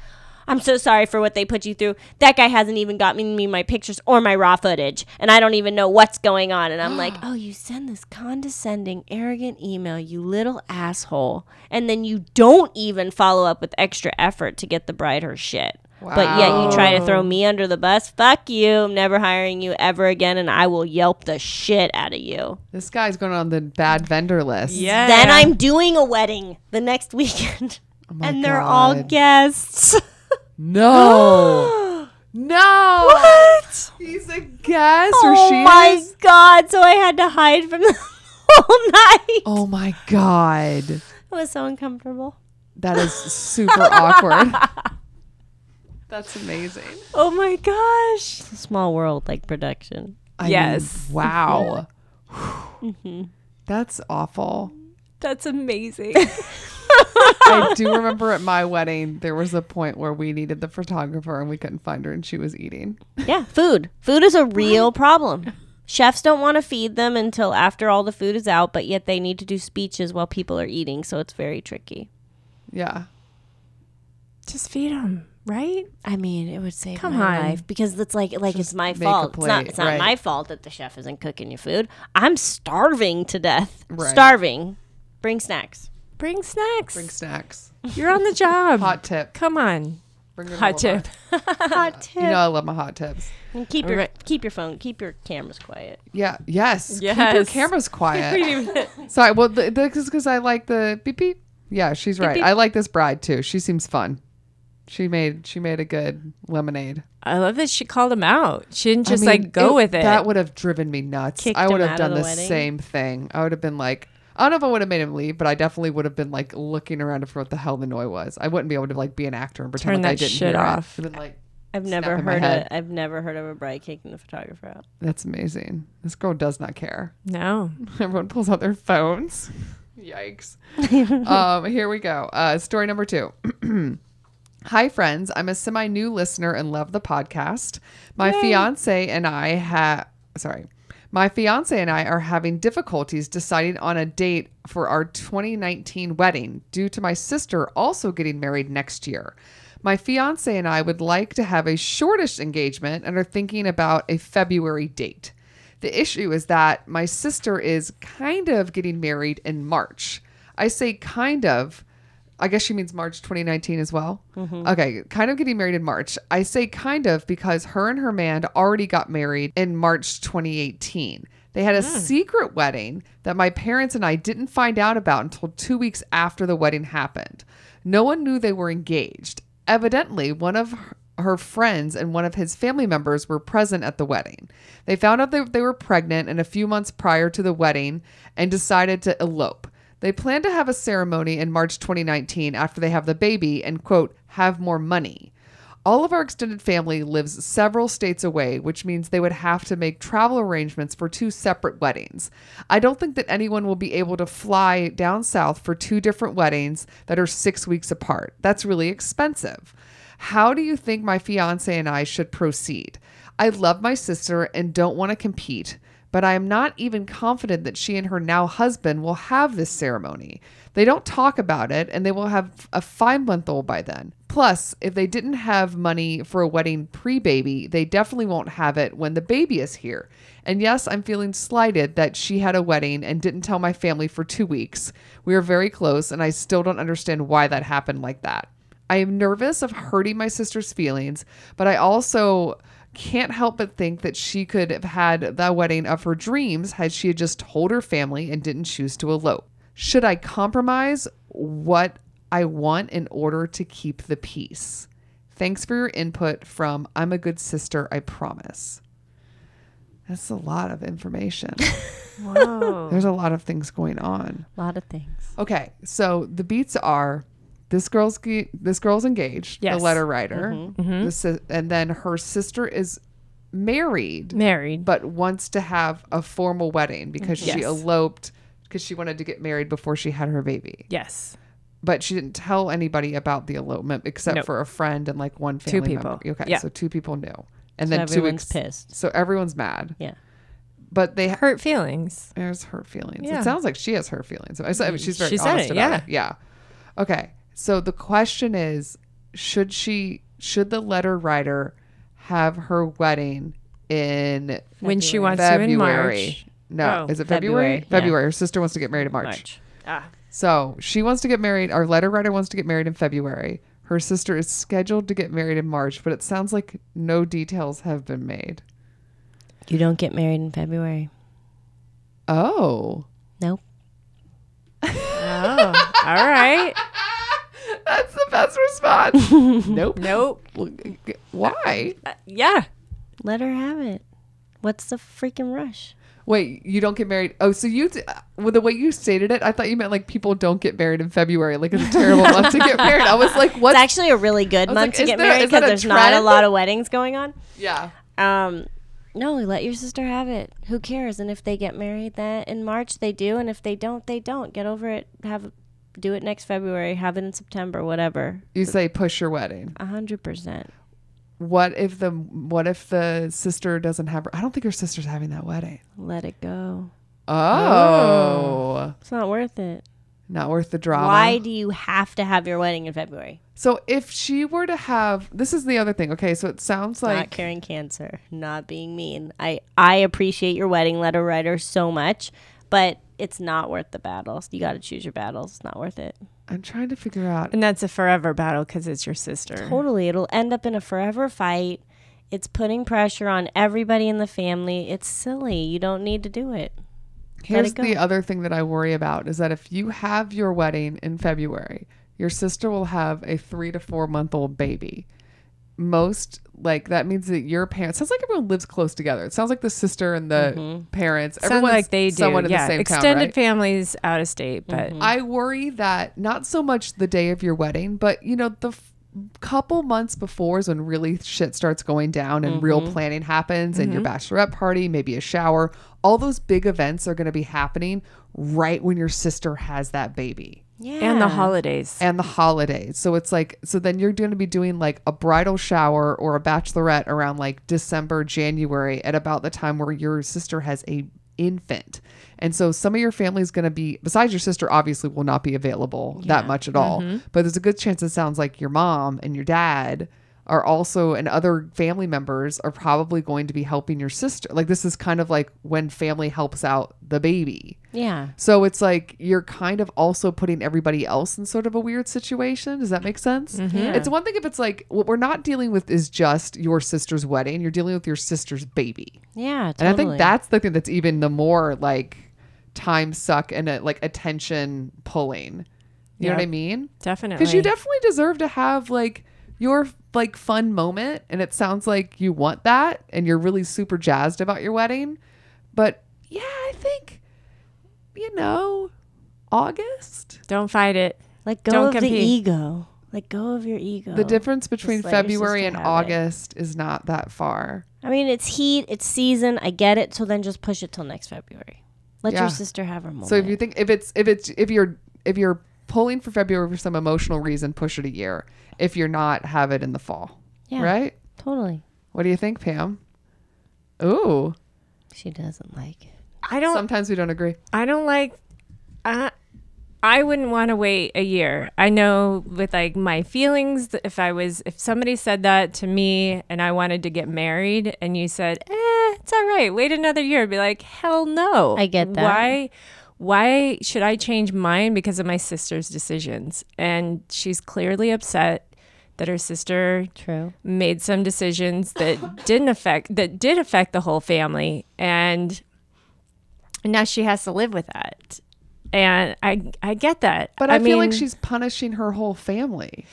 Speaker 3: I'm so sorry for what they put you through. That guy hasn't even got me, me my pictures or my raw footage, and I don't even know what's going on. And I'm like, oh, you send this condescending, arrogant email, you little asshole. And then you don't even follow up with extra effort to get the bride her shit. But yet you try to throw me under the bus. Fuck you. I'm never hiring you ever again, and I will yelp the shit out of you.
Speaker 2: This guy's going on the bad vendor list.
Speaker 4: Yeah.
Speaker 3: Then I'm doing a wedding the next weekend,
Speaker 2: Eh. Oh my
Speaker 3: and they're all
Speaker 2: God.
Speaker 3: guests.
Speaker 2: No. no.
Speaker 3: What?
Speaker 2: He's a guest or
Speaker 3: oh
Speaker 2: she
Speaker 3: my
Speaker 2: is?
Speaker 3: god! So I had to hide from them all night.
Speaker 2: Oh my God.
Speaker 3: It was so uncomfortable.
Speaker 2: That is super awkward. That's amazing.
Speaker 4: Oh my gosh.
Speaker 3: It's a small world, like production.
Speaker 2: I mean,
Speaker 4: Yes.
Speaker 2: wow. That's awful.
Speaker 4: That's amazing.
Speaker 2: I do remember at my wedding, there was a point where we needed the photographer and we couldn't find her and she was eating.
Speaker 3: Yeah, food. Food is a real problem. Chefs don't want to feed them until after all the food is out, but yet they need to do speeches while people are eating, so it's very tricky.
Speaker 2: Yeah.
Speaker 4: Just feed them, right?
Speaker 3: I mean, it would save
Speaker 4: Come
Speaker 3: my
Speaker 4: on.
Speaker 3: life because it's like like it's my
Speaker 2: make a
Speaker 3: fault. it's not
Speaker 2: plate,
Speaker 3: it's not
Speaker 2: right.
Speaker 3: my fault that the chef isn't cooking your food. I'm starving to death.
Speaker 2: Right.
Speaker 3: Starving. Bring snacks.
Speaker 4: Bring snacks.
Speaker 2: Bring snacks.
Speaker 4: You're on the job.
Speaker 2: Hot tip.
Speaker 4: Come on.
Speaker 2: Bring it
Speaker 4: Hot
Speaker 2: over.
Speaker 4: tip.
Speaker 3: Hot tip.
Speaker 2: You know, I love my hot tips.
Speaker 3: And keep your
Speaker 4: Right.
Speaker 3: keep your phone, keep your cameras quiet.
Speaker 2: Yeah. Yes. Keep your
Speaker 4: Yes.
Speaker 2: cameras
Speaker 4: We
Speaker 2: quiet.
Speaker 4: didn't even-
Speaker 2: Sorry. Well, th- this is because I like the beep beep. Yeah, she's right.
Speaker 3: beep.
Speaker 2: I like this bride too. She seems fun. She made she made a good lemonade.
Speaker 4: I love that she called him out. She didn't
Speaker 2: I
Speaker 4: just
Speaker 2: mean,
Speaker 4: like go with it.
Speaker 2: That would have driven me nuts.
Speaker 3: Kicked
Speaker 2: I would
Speaker 3: him
Speaker 2: have
Speaker 3: out
Speaker 2: done
Speaker 3: of
Speaker 2: the,
Speaker 3: the wedding.
Speaker 2: same thing. I would have been like, I don't know if I would have made him leave, but I definitely would have been like looking around for what the hell the noise was. I wouldn't be able to like be an actor and pretend
Speaker 4: Turn
Speaker 2: like I
Speaker 4: that
Speaker 2: didn't
Speaker 4: shit
Speaker 2: hear
Speaker 4: off.
Speaker 2: It. I'd been like,
Speaker 3: I've never
Speaker 2: in my
Speaker 3: heard
Speaker 2: head.
Speaker 3: of I've never heard of a bride kicking the photographer out.
Speaker 2: that's amazing. This girl does not care.
Speaker 4: no.
Speaker 2: Everyone pulls out their phones. Yikes. um, here we go. Uh, story number two. Hi, friends. I'm a semi new listener and love the podcast. My fiance and I have, sorry, my fiance and I are having difficulties deciding on a date for our 2019 wedding due to my sister also getting married next year. My fiance and I would like to have a shortish engagement and are thinking about a February date. The issue is that my sister is kind of getting married in March. I say kind of. I guess she means March 2019 as well. Okay, kind of getting married in March. I say kind of because her and her man already got married in March 2018. They had a secret wedding that my parents and I didn't find out about until two weeks after the wedding happened. No one knew they were engaged. Evidently, one of her- her friends and one of his family members were present at the wedding. They found out that they were pregnant in a few months prior to the wedding and decided to elope. They They plan to have a ceremony in March 2019 after they have the baby and, quote, have more money. All of our extended family lives several states away, which means they would have to make travel arrangements for two separate weddings. I don't think that anyone will be able to fly down south for two different weddings that are six weeks apart. That's really expensive. How do you think my fiance and I should proceed? I love my sister and don't want to compete, but I am not even confident that she and her now husband will have this ceremony. They don't talk about it, and they will have a five month old by then. Plus, if they didn't have money for a wedding pre baby, they definitely won't have it when the baby is here. And yes, I'm feeling slighted that she had a wedding and didn't tell my family for two weeks. We are very close, and I still don't understand why that happened like that. I am nervous of hurting my sister's feelings, but I also can't help but think that she could have had the wedding of her dreams had she had just told her family and didn't choose to elope. Should I compromise what I want in order to keep the peace? Thanks for your input from I'm a good sister, I promise. That's a lot of information.
Speaker 4: Whoa.
Speaker 2: There's a lot of things going on.
Speaker 5: A lot of things.
Speaker 2: Okay, so the beats are this girl's ge- this girl's engaged,
Speaker 4: Yes. Mm-hmm.
Speaker 2: the letter writer, The si- and then her sister is married,
Speaker 4: Married.
Speaker 2: but wants to have a formal wedding because she
Speaker 4: Yes.
Speaker 2: eloped because she wanted to get married before she had her baby.
Speaker 4: yes.
Speaker 2: But she didn't tell anybody about the elopement except
Speaker 4: Nope.
Speaker 2: for a friend and like one
Speaker 4: Two
Speaker 2: family member.
Speaker 4: people.
Speaker 2: Okay,
Speaker 4: Yeah.
Speaker 2: so two people knew, and
Speaker 5: So
Speaker 2: then two
Speaker 5: everyone's
Speaker 2: ex-
Speaker 5: pissed.
Speaker 2: So everyone's mad,
Speaker 5: Yeah.
Speaker 2: but they
Speaker 4: Hurt feelings.
Speaker 2: there's hurt feelings.
Speaker 4: Yeah.
Speaker 2: It sounds like she has hurt feelings. I said- I mean, she's very
Speaker 4: She said
Speaker 2: honest
Speaker 4: it,
Speaker 2: about it. Yeah. Okay. So the question is, should she should the letter writer have her wedding in
Speaker 4: When she wants to in
Speaker 2: February?
Speaker 4: March.
Speaker 2: No,
Speaker 4: Oh,
Speaker 2: is it February?
Speaker 5: February,
Speaker 2: February.
Speaker 5: yeah.
Speaker 2: Her sister wants to get married in March.
Speaker 5: March.
Speaker 4: Ah.
Speaker 2: So she wants to get married. Our letter writer wants to get married in February. Her sister is scheduled to get married in March, but it sounds like no details have been made.
Speaker 5: You don't get married in February.
Speaker 2: Oh,
Speaker 5: Nope.
Speaker 4: Oh, all right.
Speaker 2: that's the best response. nope.
Speaker 4: Nope. Uh,
Speaker 2: Well, g- g- Why?
Speaker 4: Yeah.
Speaker 5: Let her have it. What's the freaking rush?
Speaker 2: Wait, you don't get married? Oh, so you, t- well, the way you stated it, I thought you meant like people don't get married in February. Like it's a terrible month to get married. I was like, what?
Speaker 3: It's actually a really good
Speaker 2: was
Speaker 3: month
Speaker 2: like,
Speaker 3: to
Speaker 2: is
Speaker 3: get
Speaker 2: there-
Speaker 3: married
Speaker 2: is that
Speaker 3: because
Speaker 2: a
Speaker 3: there's not a
Speaker 2: trend?
Speaker 3: lot of weddings going on.
Speaker 2: yeah.
Speaker 3: Um, no, let your sister have it. Who cares? And if they get married that in March, they do, and if they don't, they don't. Get over it. Have do it next February. Have it in September. Whatever.
Speaker 2: You say push your wedding.
Speaker 3: A hundred percent.
Speaker 2: What if the what if the sister doesn't have? Her, I don't think her sister's having that wedding.
Speaker 3: Let it go.
Speaker 2: Oh,
Speaker 3: It's not worth it.
Speaker 2: not worth the drama.
Speaker 3: Why do you have to have your wedding in February?
Speaker 2: So if she were to have, this is the other thing. Okay, so it sounds
Speaker 3: not
Speaker 2: like
Speaker 3: curing cancer, not being mean. I I appreciate your wedding letter writer so much, but it's not worth the battles. You got to choose your battles. It's not worth it.
Speaker 2: I'm trying to figure out.
Speaker 4: And that's a forever battle because it's your sister.
Speaker 3: Totally, it'll end up in a forever fight. It's putting pressure on everybody in the family. It's silly. You don't need to do it.
Speaker 2: Here's
Speaker 3: it go.
Speaker 2: the other thing that I worry about is that if you have your wedding in February, your sister will have a three to four month old baby. Most like that means that your parents sounds like everyone lives close together. It sounds like the sister and the parents,
Speaker 4: Mm-hmm. Sound
Speaker 2: everyone's
Speaker 4: like they do.
Speaker 2: someone in
Speaker 4: yeah.
Speaker 2: the same
Speaker 4: Extended
Speaker 2: town, right?
Speaker 4: families out of state, but
Speaker 2: I worry that not so much the day of your wedding, but you know the f- couple months before is when really shit starts going down and real planning happens and your bachelorette party, maybe a shower, all those big events are going to be happening right when your sister has that baby
Speaker 3: Yeah.
Speaker 4: and the holidays.
Speaker 2: Mm-hmm. and the holidays. So it's like so then you're going to be doing like a bridal shower or a bachelorette around like December, January at about the time where your sister has a infant. And so some of your family's going to be besides your sister obviously will not be available that much at all. But there's a good chance it sounds like your mom and your dad are also and other family members are probably going to be helping your sister. Like this is kind of like when family helps out the baby.
Speaker 3: yeah.
Speaker 2: So it's like you're kind of also putting everybody else in sort of a weird situation. Does that make sense? It's one thing if it's like what we're not dealing with is just your sister's wedding. You're dealing with your sister's baby,
Speaker 3: Yeah. Totally.
Speaker 2: and I think that's the thing that's even the more like time suck and uh like attention pulling. You know what
Speaker 4: Yeah.
Speaker 2: I mean?
Speaker 4: Definitely.
Speaker 2: Because you definitely deserve to have like your like fun moment, and it sounds like you want that, and you're really super jazzed about your wedding. But yeah, I think you know August.
Speaker 4: Don't fight it.
Speaker 3: Let go
Speaker 4: Don't
Speaker 3: of the
Speaker 4: compete.
Speaker 3: ego. Let go of your ego.
Speaker 2: The difference between
Speaker 3: Oh, let your
Speaker 2: February
Speaker 3: sister
Speaker 2: and
Speaker 3: have it.
Speaker 2: August is not that far.
Speaker 3: I mean, it's heat, it's season. I get it. So then just push it till next February. Let
Speaker 2: Yeah.
Speaker 3: your sister have her moment.
Speaker 2: So if you think if it's if it's if you're if you're pulling for February for some emotional reason, push it a year. If you're not, have it in the fall.
Speaker 3: Yeah.
Speaker 2: Right?
Speaker 3: totally.
Speaker 2: What do you think, Pam? Ooh.
Speaker 3: She doesn't like it.
Speaker 4: I don't.
Speaker 2: Sometimes we don't agree.
Speaker 4: I don't like. I I wouldn't want to wait a year. I know with like my feelings. th- If I was, if somebody said that to me and I wanted to get married, and you said, "Eh, it's all right, wait another year," I'd be like, "Hell no!"
Speaker 3: I get that.
Speaker 4: Why? Why should I change mine because of my sister's decisions? And she's clearly upset that her sister
Speaker 3: True.
Speaker 4: made some decisions that didn't affect that did affect the whole family and now she has to live with that and i i get that
Speaker 2: But I, feel like
Speaker 4: mean,
Speaker 2: she's punishing her whole family.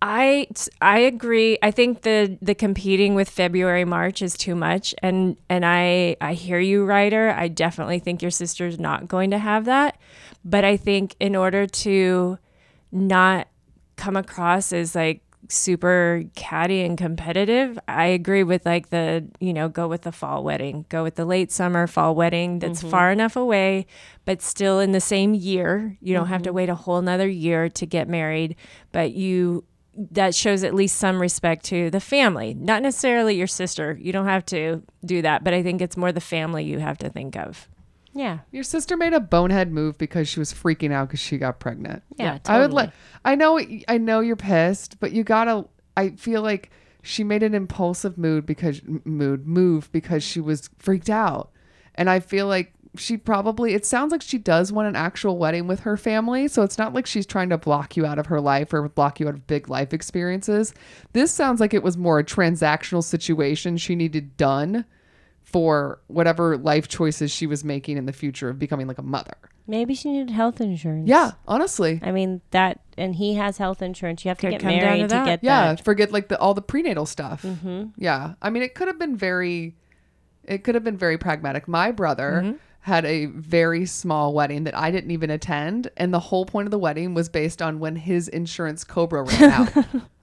Speaker 4: i i agree i think the the competing with february march is too much and and i i hear you ryder i definitely think your sister's not going to have that but i think in order to not come across as like super catty and competitive. I agree with like the, you know, go with the fall wedding, go with the late summer fall wedding that's far enough away, but still in the same year. You don't have to wait a whole nother year to get married, but you that shows at least some respect to the family, not necessarily your sister. You don't have to do that, but I think it's more the family you have to think of.
Speaker 3: Yeah.
Speaker 2: Your sister made a bonehead move because she was freaking out because she got pregnant.
Speaker 3: Yeah,
Speaker 2: I would like. I know. I know you're pissed, but you gotta. I feel like she made an impulsive mood because m- mood move because she was freaked out, and I feel like she probably. It sounds like she does want an actual wedding with her family, so it's not like she's trying to block you out of her life or block you out of big life experiences. This sounds like it was more a transactional situation she needed done for whatever life choices she was making in the future of becoming like a mother.
Speaker 3: Maybe she needed health insurance.
Speaker 2: Yeah, honestly.
Speaker 3: I mean that, and he has health insurance. You have to
Speaker 4: Could
Speaker 3: get
Speaker 4: come down
Speaker 3: married
Speaker 4: to
Speaker 3: to,
Speaker 4: that.
Speaker 3: get
Speaker 2: Yeah,
Speaker 3: that.
Speaker 2: forget like the all the prenatal stuff. Yeah, I mean, it could have been very, it could have been very pragmatic. My brother had a very small wedding that I didn't even attend, and the whole point of the wedding was based on when his insurance Cobra ran out.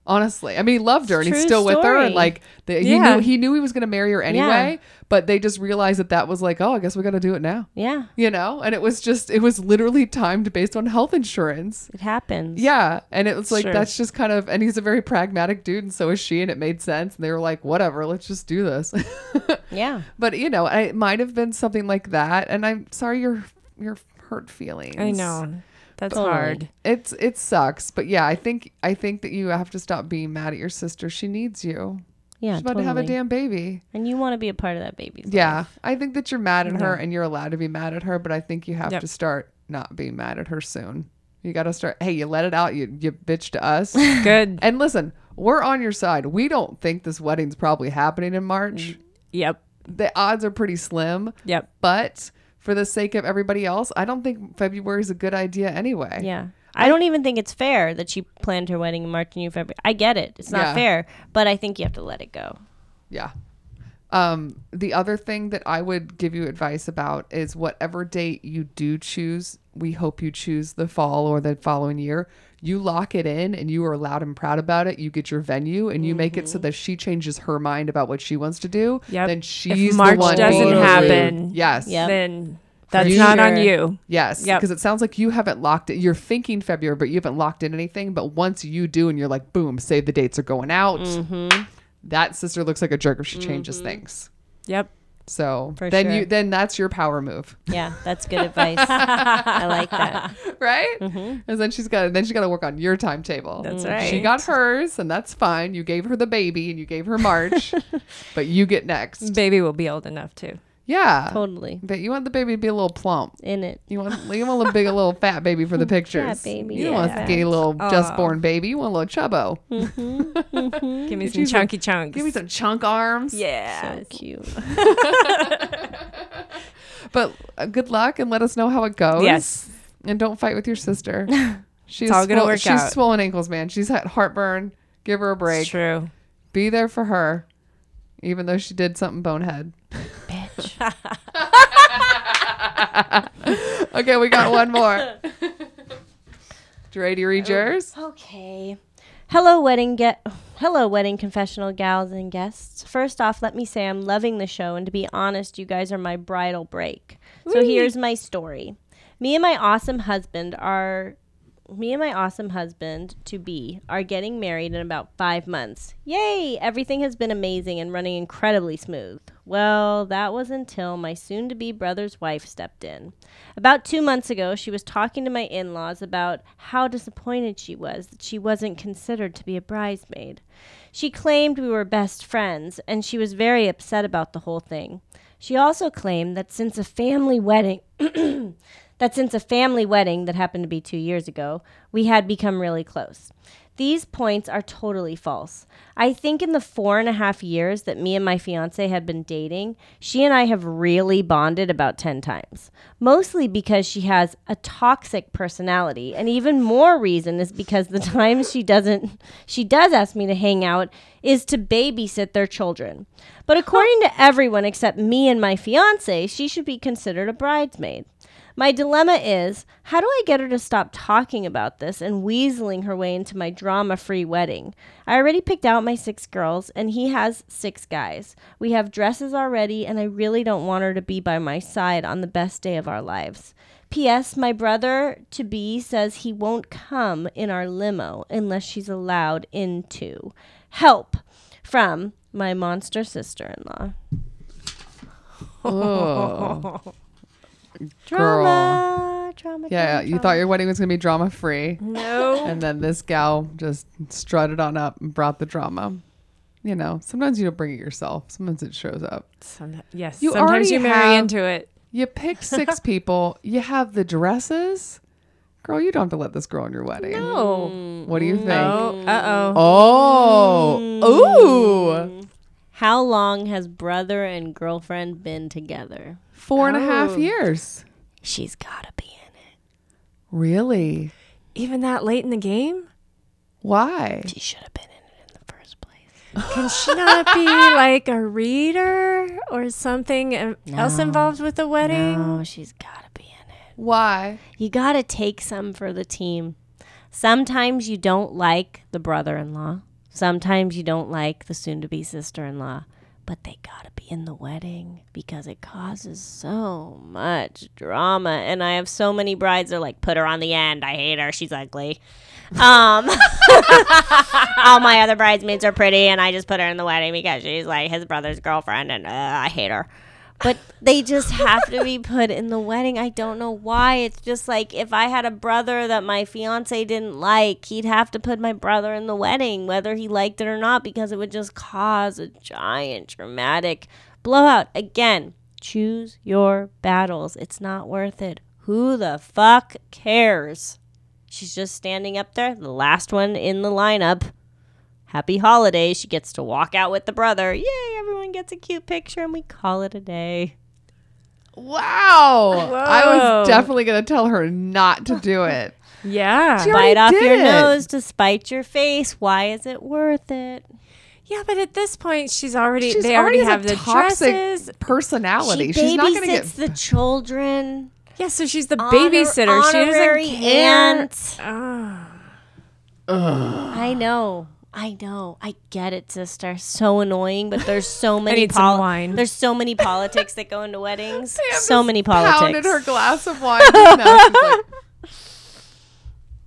Speaker 2: Honestly, I mean, he loved her and he's
Speaker 3: True
Speaker 2: still with her, and
Speaker 3: story.
Speaker 2: like the, he
Speaker 4: Yeah.
Speaker 2: knew he knew he was going to marry her anyway, but they just realized that that was like, oh, I guess we got to do it now.
Speaker 3: Yeah,
Speaker 2: You know, and it was just it was literally timed based on health insurance.
Speaker 3: it happens.
Speaker 2: Yeah. And it was like,
Speaker 4: Sure.
Speaker 2: that's just kind of, and he's a very pragmatic dude, and so is she, and it made sense. And they were like, whatever, let's just do this.
Speaker 3: yeah.
Speaker 2: but, you know, I- it might have been something like that. And I'm sorry your, your hurt feelings.
Speaker 4: I know. That's
Speaker 3: Totally.
Speaker 4: hard.
Speaker 2: It's, it sucks. But yeah, I think, I think that you have to stop being mad at your sister. She needs you.
Speaker 3: Yeah,
Speaker 2: She's about to have a
Speaker 3: totally.
Speaker 2: damn baby.
Speaker 3: and you want to be a part of that baby's
Speaker 2: Yeah.
Speaker 3: life.
Speaker 2: I think that you're mad at her and you're allowed to be mad at her, but I think you have
Speaker 4: Yep.
Speaker 2: to start not being mad at her soon. You got to start, hey, you let it out. You, you bitch to us.
Speaker 4: Good.
Speaker 2: And listen, we're on your side. We don't think this wedding's probably happening in March.
Speaker 4: Yep.
Speaker 2: The odds are pretty slim.
Speaker 4: Yep.
Speaker 2: But for the sake of everybody else, I don't think February is a good idea anyway.
Speaker 3: Yeah. I don't even think it's fair that she planned her wedding in March and you February. I get it. It's not
Speaker 2: Yeah.
Speaker 3: fair, but I think you have to let it go.
Speaker 2: Yeah. Um, the other thing that I would give you advice about is whatever date you do choose, we hope you choose the fall or the following year. You lock it in and you are loud and proud about it. You get your venue and you make it so that she changes her mind about what she wants to do.
Speaker 4: Mm-hmm. Yep.
Speaker 2: Then
Speaker 4: If
Speaker 2: she's the
Speaker 4: March
Speaker 2: one
Speaker 4: doesn't
Speaker 2: being rude.
Speaker 4: happen,
Speaker 2: Yes.
Speaker 3: Yep.
Speaker 4: Then that's
Speaker 2: You-
Speaker 4: not on
Speaker 3: Sure.
Speaker 4: you.
Speaker 2: Yes,
Speaker 4: Yep.
Speaker 2: because it sounds like you haven't locked it. You're thinking February, but you haven't locked in anything. But once you do, and you're like, boom, save the dates are going out.
Speaker 4: Mm-hmm.
Speaker 2: That sister looks like a jerk if she changes things.
Speaker 4: Yep.
Speaker 2: So
Speaker 3: For
Speaker 2: then
Speaker 3: sure.
Speaker 2: you then that's your power move,
Speaker 3: Yeah, that's good advice. I like that.
Speaker 2: right? And then she's got then she's got to work on your timetable.
Speaker 4: Mm-hmm. That's
Speaker 2: She
Speaker 4: right.
Speaker 2: got hers, and that's fine. You gave her the baby, and you gave her March, but you get next.
Speaker 4: Baby will be old enough too.
Speaker 3: Uh,
Speaker 2: Yeah,
Speaker 3: Totally
Speaker 2: but you want the baby to be a little plump.
Speaker 3: in it.
Speaker 2: You want you want a little big, a little fat baby for the pictures.
Speaker 3: baby,
Speaker 2: You don't want a
Speaker 3: yeah.
Speaker 2: skinny little just born baby. You want a little chubbo.
Speaker 4: Mm-hmm.
Speaker 2: Mm-hmm.
Speaker 4: Give me some
Speaker 2: she's a-
Speaker 4: chunky chunks.
Speaker 2: Give me some chunk arms.
Speaker 4: yeah.
Speaker 3: So cute.
Speaker 2: But uh, good luck and let us know how it goes.
Speaker 4: Yes.
Speaker 2: And don't fight with your sister. She's
Speaker 4: all gonna work
Speaker 2: she's
Speaker 4: out.
Speaker 2: swollen ankles, man. She's had heartburn. Give her a break.
Speaker 4: It's true.
Speaker 2: Be there for her, even though she did something bonehead.
Speaker 3: Bitch.
Speaker 2: Okay, we got one more. Dre, do you read yours?
Speaker 3: Okay. Hello, wedding get. Hello, wedding confessional gals and guests. First off, let me say I'm loving the show, and to be honest, you guys are my bridal break. So here's my story. Me and my awesome husband are. Me and my awesome husband to be are getting married in about five months. Yay! Everything has been amazing and running incredibly smooth. Well, that was until my soon to be brother's wife stepped in. About two months ago, she was talking to my in laws about how disappointed she was that she wasn't considered to be a bridesmaid. She claimed we were best friends, and she was very upset about the whole thing. She also claimed that since a family wedding, that since a family wedding that happened to be two years ago, we had become really close. These points are totally false. I think in the four and a half years that me and my fiance had been dating, she and I have really bonded about 10 times. Mostly because she has a toxic personality, and even more reason is because the times she doesn't she does ask me to hang out is to babysit their children. But according to everyone except me and my fiance, she should be considered a bridesmaid. My dilemma is how do I get her to stop talking about this and weaseling her way into my drama free wedding? I already picked out my six girls, and he has six guys. We have dresses already, and I really don't want her to be by my side on the best day of our lives. P.S. My brother to be says he won't come in our limo unless she's allowed in too. Help from my monster sister in law.
Speaker 2: Oh, girl.
Speaker 3: Drama, drama.
Speaker 2: Yeah, you thought your wedding was gonna be drama free,
Speaker 4: No.
Speaker 2: and then this gal just strutted on up and brought the drama. You know, sometimes you don't bring it yourself. Sometimes it shows up.
Speaker 4: Some, yes.
Speaker 2: You
Speaker 4: sometimes
Speaker 2: already
Speaker 4: you marry
Speaker 2: have-
Speaker 4: into it.
Speaker 2: You pick six people. You have the dresses. Girl, you don't have to let this girl in your wedding.
Speaker 4: Oh.
Speaker 2: What do you think?
Speaker 4: Oh. Uh oh.
Speaker 2: Oh, ooh,
Speaker 3: How long has brother and girlfriend been together?
Speaker 2: four and a half years.
Speaker 3: She's gotta be in it.
Speaker 2: Really?
Speaker 4: Even that late in the game?
Speaker 2: Why?
Speaker 3: She should have been in it in the first place.
Speaker 4: Can she not be like a reader or something um, else involved with the wedding?
Speaker 3: Oh, she's gotta be in it.
Speaker 2: Why?
Speaker 3: You gotta take some for the team. Sometimes you don't like the brother in law, sometimes you don't like the soon to be sister in law, but they gotta be in the wedding because it causes so much drama. And I have so many brides that are like, put her on the end. I hate her. She's ugly. Um, all my other bridesmaids are pretty, and I just put her in the wedding because she's like his brother's girlfriend, and uh, I hate her. But they just have to be put in the wedding. I don't know why. It's just like if I had a brother that my fiance didn't like, he'd have to put my brother in the wedding, whether he liked it or not, because it would just cause a giant dramatic blowout. Again, choose your battles. It's not worth it. Who the fuck cares? She's just standing up there, the last one in the lineup. Happy holidays. She gets to walk out with the brother. Yay, everyone gets a cute picture and we call it a day.
Speaker 2: Wow. I was
Speaker 4: Whoa.
Speaker 2: definitely going to tell her not to do it.
Speaker 4: Yeah.
Speaker 2: She already
Speaker 3: Bite off
Speaker 2: did
Speaker 3: your
Speaker 2: it.
Speaker 3: nose to spite your face. Why is it worth it?
Speaker 4: Yeah, but at this point, she's already,
Speaker 2: She's
Speaker 4: they already,
Speaker 2: already,
Speaker 4: have
Speaker 2: has
Speaker 4: the
Speaker 2: a toxic
Speaker 4: dresses.
Speaker 2: personality.
Speaker 3: She
Speaker 2: She's not going to
Speaker 3: babysits
Speaker 2: get
Speaker 3: the children.
Speaker 4: Yeah, so she's the
Speaker 3: Honor-
Speaker 4: babysitter. she
Speaker 3: honorary
Speaker 4: doesn't care.
Speaker 3: aunt.
Speaker 4: Oh.
Speaker 3: I know. I know. I get it, sister. So annoying, but there's so many
Speaker 4: need some wine.
Speaker 3: There's so many politics that go into weddings.
Speaker 2: Pam
Speaker 3: so
Speaker 2: just
Speaker 3: many
Speaker 2: Pounded
Speaker 3: politics.
Speaker 2: her glass of wine. No, she's like,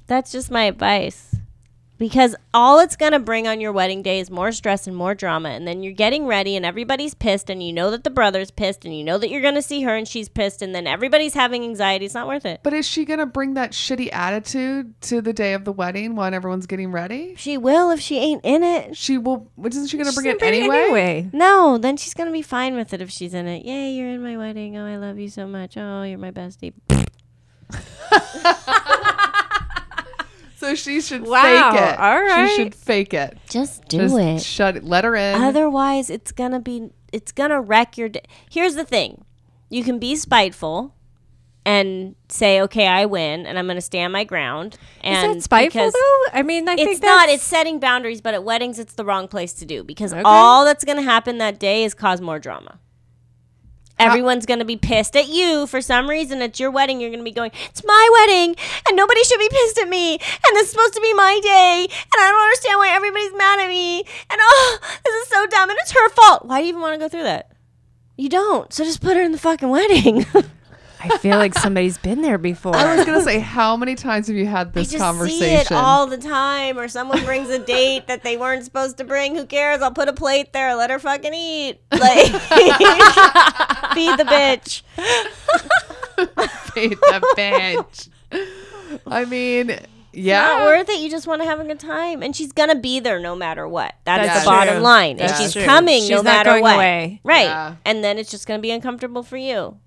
Speaker 3: That's just my advice. Because all it's going to bring on your wedding day is more stress and more drama. And then you're getting ready and everybody's pissed and you know that the brother's pissed and you know that you're going to see her and she's pissed and then everybody's having anxiety. It's not worth it.
Speaker 2: but is she going to bring that shitty attitude to the day of the wedding when everyone's getting ready?
Speaker 3: She will if she ain't in it.
Speaker 2: She will. Isn't she going to bring
Speaker 4: She's
Speaker 2: it
Speaker 4: pretty
Speaker 2: anyway?
Speaker 3: No, then she's going to be fine with it if she's in it. Yay, you're in my wedding. Oh, I love you so much. Oh, you're my bestie.
Speaker 2: So she should
Speaker 4: Wow,
Speaker 2: fake it.
Speaker 4: all right.
Speaker 2: She should fake it.
Speaker 3: Just do
Speaker 2: Just
Speaker 3: it.
Speaker 2: shut it. Let her in.
Speaker 3: Otherwise, it's gonna be it's gonna wreck your day. Here's the thing: you can be spiteful and say, "Okay, I win, and I'm gonna stand my ground."
Speaker 4: Is
Speaker 3: And
Speaker 4: that spiteful
Speaker 3: because-
Speaker 4: though? I mean, I
Speaker 3: It's
Speaker 4: think
Speaker 3: not.
Speaker 4: that's-
Speaker 3: It's setting boundaries, but at weddings, it's the wrong place to do because all that's gonna happen that day is cause more drama.
Speaker 4: Uh,
Speaker 3: Everyone's going to be pissed at you for some reason. It's your wedding. You're going to be going, it's my wedding, and nobody should be pissed at me. And this is supposed to be my day, and I don't understand why everybody's mad at me. And oh, this is so dumb, and it's her fault. Why do you even want to go through that? You don't. So just put her in the fucking wedding.
Speaker 4: I feel like somebody's been there before.
Speaker 2: I
Speaker 3: Oh,
Speaker 2: was gonna say, how many times have you had this
Speaker 3: just
Speaker 2: conversation?
Speaker 3: see it all the time, or someone brings a date that they weren't supposed to bring. Who cares? I'll put a plate there. Let her fucking eat. Like, feed the bitch.
Speaker 2: Hate that bitch. I mean,
Speaker 3: Not
Speaker 2: yeah,
Speaker 3: worth it. You just want to have a good time, and she's gonna be there no matter what. That's,
Speaker 4: That's
Speaker 3: the bottom
Speaker 4: true.
Speaker 3: line.
Speaker 4: That's
Speaker 3: and she's
Speaker 4: true.
Speaker 3: coming
Speaker 4: She's
Speaker 3: no
Speaker 4: not
Speaker 3: matter
Speaker 4: going
Speaker 3: what.
Speaker 4: away.
Speaker 3: Right.
Speaker 2: Yeah.
Speaker 3: And then it's just gonna be uncomfortable for you.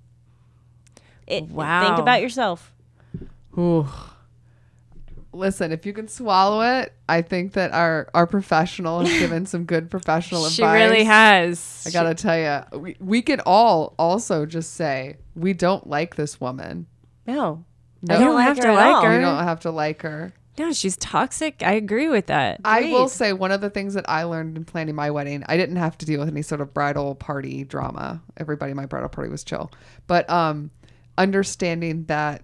Speaker 3: It,
Speaker 4: Wow.
Speaker 3: Think about yourself.
Speaker 2: Ooh. Listen, if you can swallow it, I think that our our professional has given some good professional
Speaker 4: she
Speaker 2: advice.
Speaker 4: really has.
Speaker 2: I gotta tell you, we, we could all also just say we don't like this woman.
Speaker 3: No.
Speaker 2: No,
Speaker 4: you don't
Speaker 3: like
Speaker 4: have
Speaker 3: her
Speaker 4: to
Speaker 3: at
Speaker 4: like
Speaker 3: all.
Speaker 2: we
Speaker 4: her.
Speaker 2: don't have to like her.
Speaker 4: No, she's toxic. I agree with that.
Speaker 2: I will
Speaker 3: Agreed.
Speaker 2: say one of the things that I learned in planning my wedding, I didn't have to deal with any sort of bridal party drama. Everybody in my bridal party was chill. But um understanding that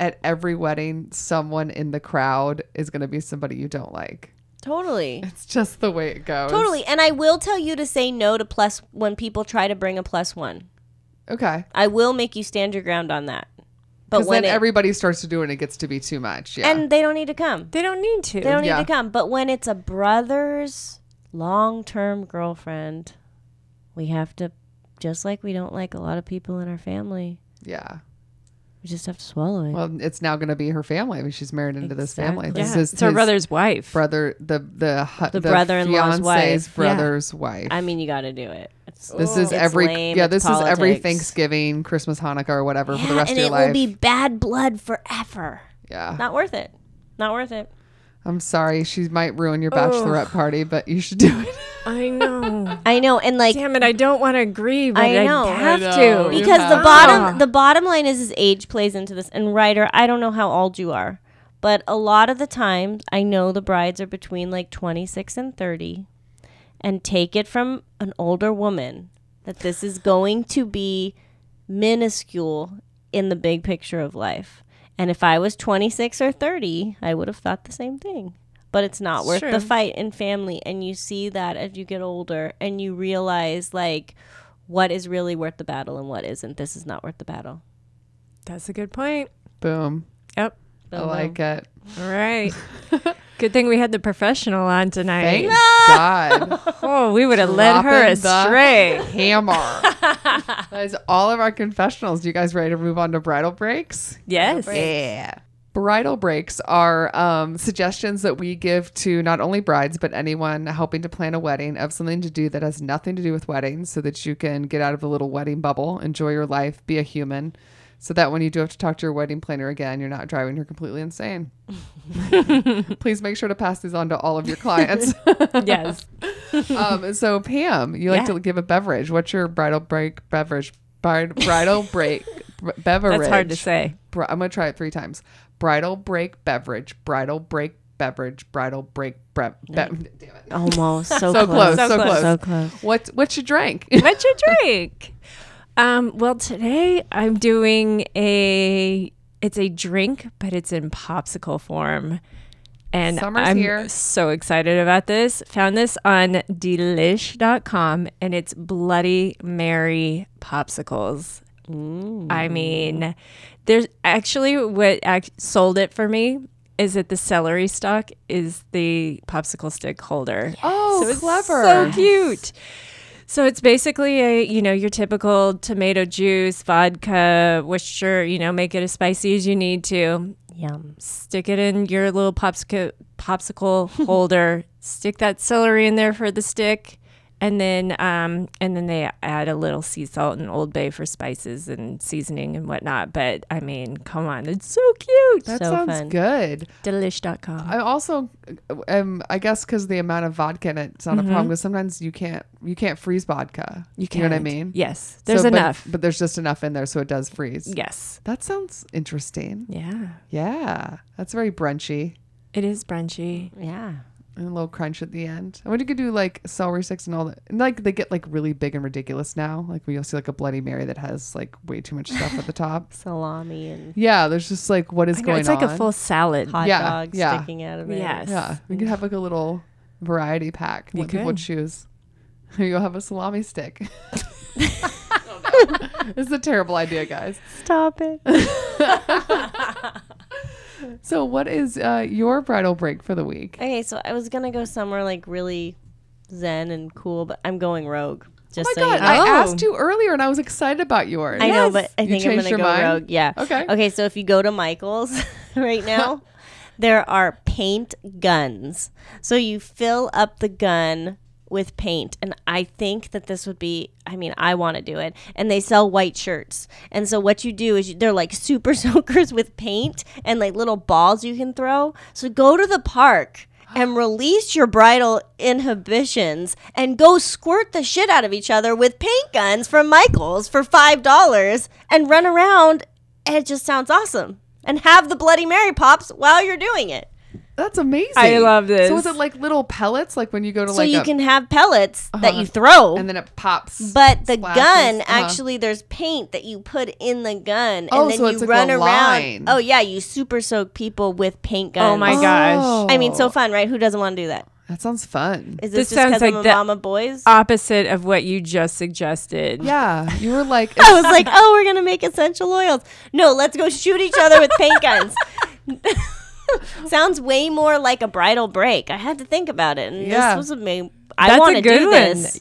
Speaker 2: at every wedding someone in the crowd is going to be somebody you don't like.
Speaker 3: Totally.
Speaker 2: It's just the way it goes.
Speaker 3: Totally. And I will tell you to say no to plus when people try to bring a plus one.
Speaker 2: Okay.
Speaker 3: I will make you stand your ground on that. But
Speaker 2: Cuz
Speaker 3: when
Speaker 2: then
Speaker 3: it,
Speaker 2: everybody starts to do it and it gets to be too much. Yeah.
Speaker 3: and they don't need to come.
Speaker 4: They don't need to.
Speaker 3: They don't
Speaker 2: Yeah.
Speaker 3: need to come. But when it's a brother's long-term girlfriend, we have to just like we don't like a lot of people in our family,
Speaker 2: yeah.
Speaker 3: we just have to swallow it.
Speaker 2: Well, it's now going to be her family. I mean, she's married into this family.
Speaker 4: yeah.
Speaker 2: This is
Speaker 4: it's her
Speaker 2: his
Speaker 4: brother's wife.
Speaker 2: brother the the hu-
Speaker 3: The brother-in-law's
Speaker 2: fiance's
Speaker 3: wife.
Speaker 2: brother's wife.
Speaker 3: I mean, you got to do it. It's,
Speaker 2: This is
Speaker 3: it's
Speaker 2: every
Speaker 3: lame,
Speaker 2: yeah.
Speaker 3: it's
Speaker 2: This is every
Speaker 3: politics.
Speaker 2: Thanksgiving, Christmas, Hanukkah, or whatever for the
Speaker 3: Yeah,
Speaker 2: rest
Speaker 3: and
Speaker 2: of
Speaker 3: it
Speaker 2: your life.
Speaker 3: will be bad blood forever.
Speaker 2: yeah,
Speaker 3: Not worth it. Not worth it.
Speaker 2: I'm sorry, she might ruin your bachelorette party, but you should do it.
Speaker 4: I know.
Speaker 3: I know, and like
Speaker 4: Damn it! I don't want to agree, but I,
Speaker 3: I know. I
Speaker 4: have
Speaker 2: know.
Speaker 4: to
Speaker 2: You
Speaker 3: because the
Speaker 2: have-
Speaker 3: bottom the bottom line is is age plays into this and writer i don't know how old you are but a lot of the times i know the brides are between like 26 and 30 and take it from an older woman that this is going to be minuscule in the big picture of life and if i was 26 or 30 i would have thought the same thing but it's not worth
Speaker 4: Sure.
Speaker 3: the fight in family and you see that as you get older and you realize like what is really worth the battle and what isn't. This is not worth the battle.
Speaker 4: That's a good point.
Speaker 2: Boom,
Speaker 4: Yep.
Speaker 2: Oh, I like it.
Speaker 4: All right. Good thing we had the professional on
Speaker 2: Thank
Speaker 4: tonight.
Speaker 2: God,
Speaker 4: Oh, we would have led her
Speaker 2: Dropping the-
Speaker 4: astray.
Speaker 2: hammer. That's all of our confessionals. You guys ready to move on to bridal breaks?
Speaker 4: Yes.
Speaker 2: Yeah. Bridal breaks are um, suggestions that we give to not only brides, but anyone helping to plan a wedding of something to do that has nothing to do with weddings so that you can get out of the little wedding bubble, enjoy your life, be a human, so that when you do have to talk to your wedding planner again, you're not driving her completely insane. Please make sure to pass these on to all of your clients.
Speaker 4: Yes.
Speaker 2: um, so, Pam, you like
Speaker 4: Yeah.
Speaker 2: to give a beverage. What's your bridal break beverage? Brid- Bridal break b- beverage.
Speaker 4: That's hard to say.
Speaker 2: Bri- I'm gonna try it three times. Bridal break beverage. Bridal break beverage. Bridal break bre- be- damn it.
Speaker 3: Almost so,
Speaker 2: So
Speaker 3: close.
Speaker 2: close. So,
Speaker 4: close.
Speaker 2: close.
Speaker 3: So close.
Speaker 2: What what you drank?
Speaker 4: What's your drink? Um, well, today I'm doing a. It's a drink, but it's in popsicle form, and
Speaker 2: Summer's
Speaker 4: I'm
Speaker 2: here.
Speaker 4: so excited about this. Found this on Delish.com, and it's Bloody Mary popsicles. I mean, there's actually what act- sold it for me is that the celery stalk is the popsicle stick holder.
Speaker 2: Oh,
Speaker 4: So it's
Speaker 2: clever.
Speaker 4: So cute. So it's basically a you know your typical tomato juice, vodka, Worcestershire. You know, make it as spicy as you need to.
Speaker 3: Yum.
Speaker 4: Stick it in your little popsicle popsicle holder. Stick that celery in there for the stick, and then um, and then they add a little sea salt and Old Bay for spices and seasoning and whatnot. But I mean, come on, it's so cute.
Speaker 2: that
Speaker 3: so
Speaker 2: sounds
Speaker 3: fun.
Speaker 2: good.
Speaker 4: Delish.com.
Speaker 2: I also, um, I guess because the amount of vodka in it, it's not a problem. Because sometimes you can't you can't freeze vodka. You, know what I
Speaker 4: Mm-hmm. can't.
Speaker 2: mean?
Speaker 4: Yes, there's
Speaker 2: So, but-
Speaker 4: enough.
Speaker 2: but there's just enough in there, so it does freeze.
Speaker 4: yes.
Speaker 2: That sounds interesting.
Speaker 4: Yeah.
Speaker 2: Yeah, that's very brunchy.
Speaker 4: It is brunchy.
Speaker 3: Yeah.
Speaker 2: and a little crunch at the end. I wonder if you could do like celery sticks and all that. And like they get like really big and ridiculous now. Like we will see like a Bloody Mary that has like way too much stuff at the top.
Speaker 3: salami and
Speaker 2: Yeah, there's just like what is
Speaker 4: I know,
Speaker 2: going
Speaker 4: it's like
Speaker 2: on.
Speaker 4: a full salad.
Speaker 3: hot
Speaker 2: Yeah,
Speaker 3: dogs
Speaker 2: yeah.
Speaker 3: sticking out of it.
Speaker 4: Yes.
Speaker 2: yeah, we could have like a little variety pack.
Speaker 4: You
Speaker 2: Let people
Speaker 4: could.
Speaker 2: choose. You'll have a salami stick. It's a terrible idea, guys.
Speaker 3: Stop it.
Speaker 2: So, what is uh, your bridal break for the week?
Speaker 3: Okay, so I was gonna go somewhere like really zen and cool, but I'm going rogue. Just
Speaker 2: Oh my
Speaker 3: so
Speaker 2: god,
Speaker 3: you know.
Speaker 2: I
Speaker 4: Oh.
Speaker 2: asked you earlier, and I was excited about yours.
Speaker 3: I know, but I
Speaker 2: You
Speaker 3: think I'm
Speaker 2: changed
Speaker 3: gonna
Speaker 2: your
Speaker 3: go
Speaker 2: mind?
Speaker 3: rogue. Yeah.
Speaker 2: Okay.
Speaker 3: Okay, so if you go to Michael's right now, there are paint guns. So you fill up the gun with paint and I think that this would be I mean I want to do it and they sell white shirts and so what you do is you, they're like super soakers with paint and like little balls you can throw so go to the park and release your bridal inhibitions and go squirt the shit out of each other with paint guns from Michaels for five dollars and run around. And it just sounds awesome. And have the Bloody Mary pops while you're doing it.
Speaker 2: That's amazing.
Speaker 4: I love this.
Speaker 2: So, is it like little pellets, like when you go to
Speaker 3: So
Speaker 2: like
Speaker 3: you
Speaker 2: a-
Speaker 3: can have pellets that you throw.
Speaker 2: Uh-huh. and then it pops?
Speaker 3: but the
Speaker 2: splashes,
Speaker 3: gun
Speaker 2: uh-huh.
Speaker 3: actually there's paint that you put in the gun and
Speaker 2: Oh,
Speaker 3: then
Speaker 2: so
Speaker 3: you
Speaker 2: it's like a
Speaker 3: run around.
Speaker 2: line.
Speaker 3: Oh yeah, you super soak people with paint guns.
Speaker 4: Oh my gosh.
Speaker 3: I mean so fun, right? Who doesn't want to do that?
Speaker 2: That sounds fun.
Speaker 3: Is
Speaker 4: This
Speaker 3: this, just
Speaker 4: sounds
Speaker 3: because
Speaker 4: like
Speaker 3: I'm a
Speaker 4: the-
Speaker 3: mama boys?
Speaker 4: Opposite of what you just suggested.
Speaker 2: Yeah, you were like,
Speaker 3: I was like, oh, we're gonna make essential oils. No, let's go shoot each other with paint guns. Sounds way more like a bridal break. I had to think about it, and
Speaker 2: Yeah.
Speaker 3: this was a ma- I
Speaker 4: That's
Speaker 3: want
Speaker 4: a
Speaker 3: to
Speaker 4: good
Speaker 3: do
Speaker 4: one. Oh,
Speaker 3: this.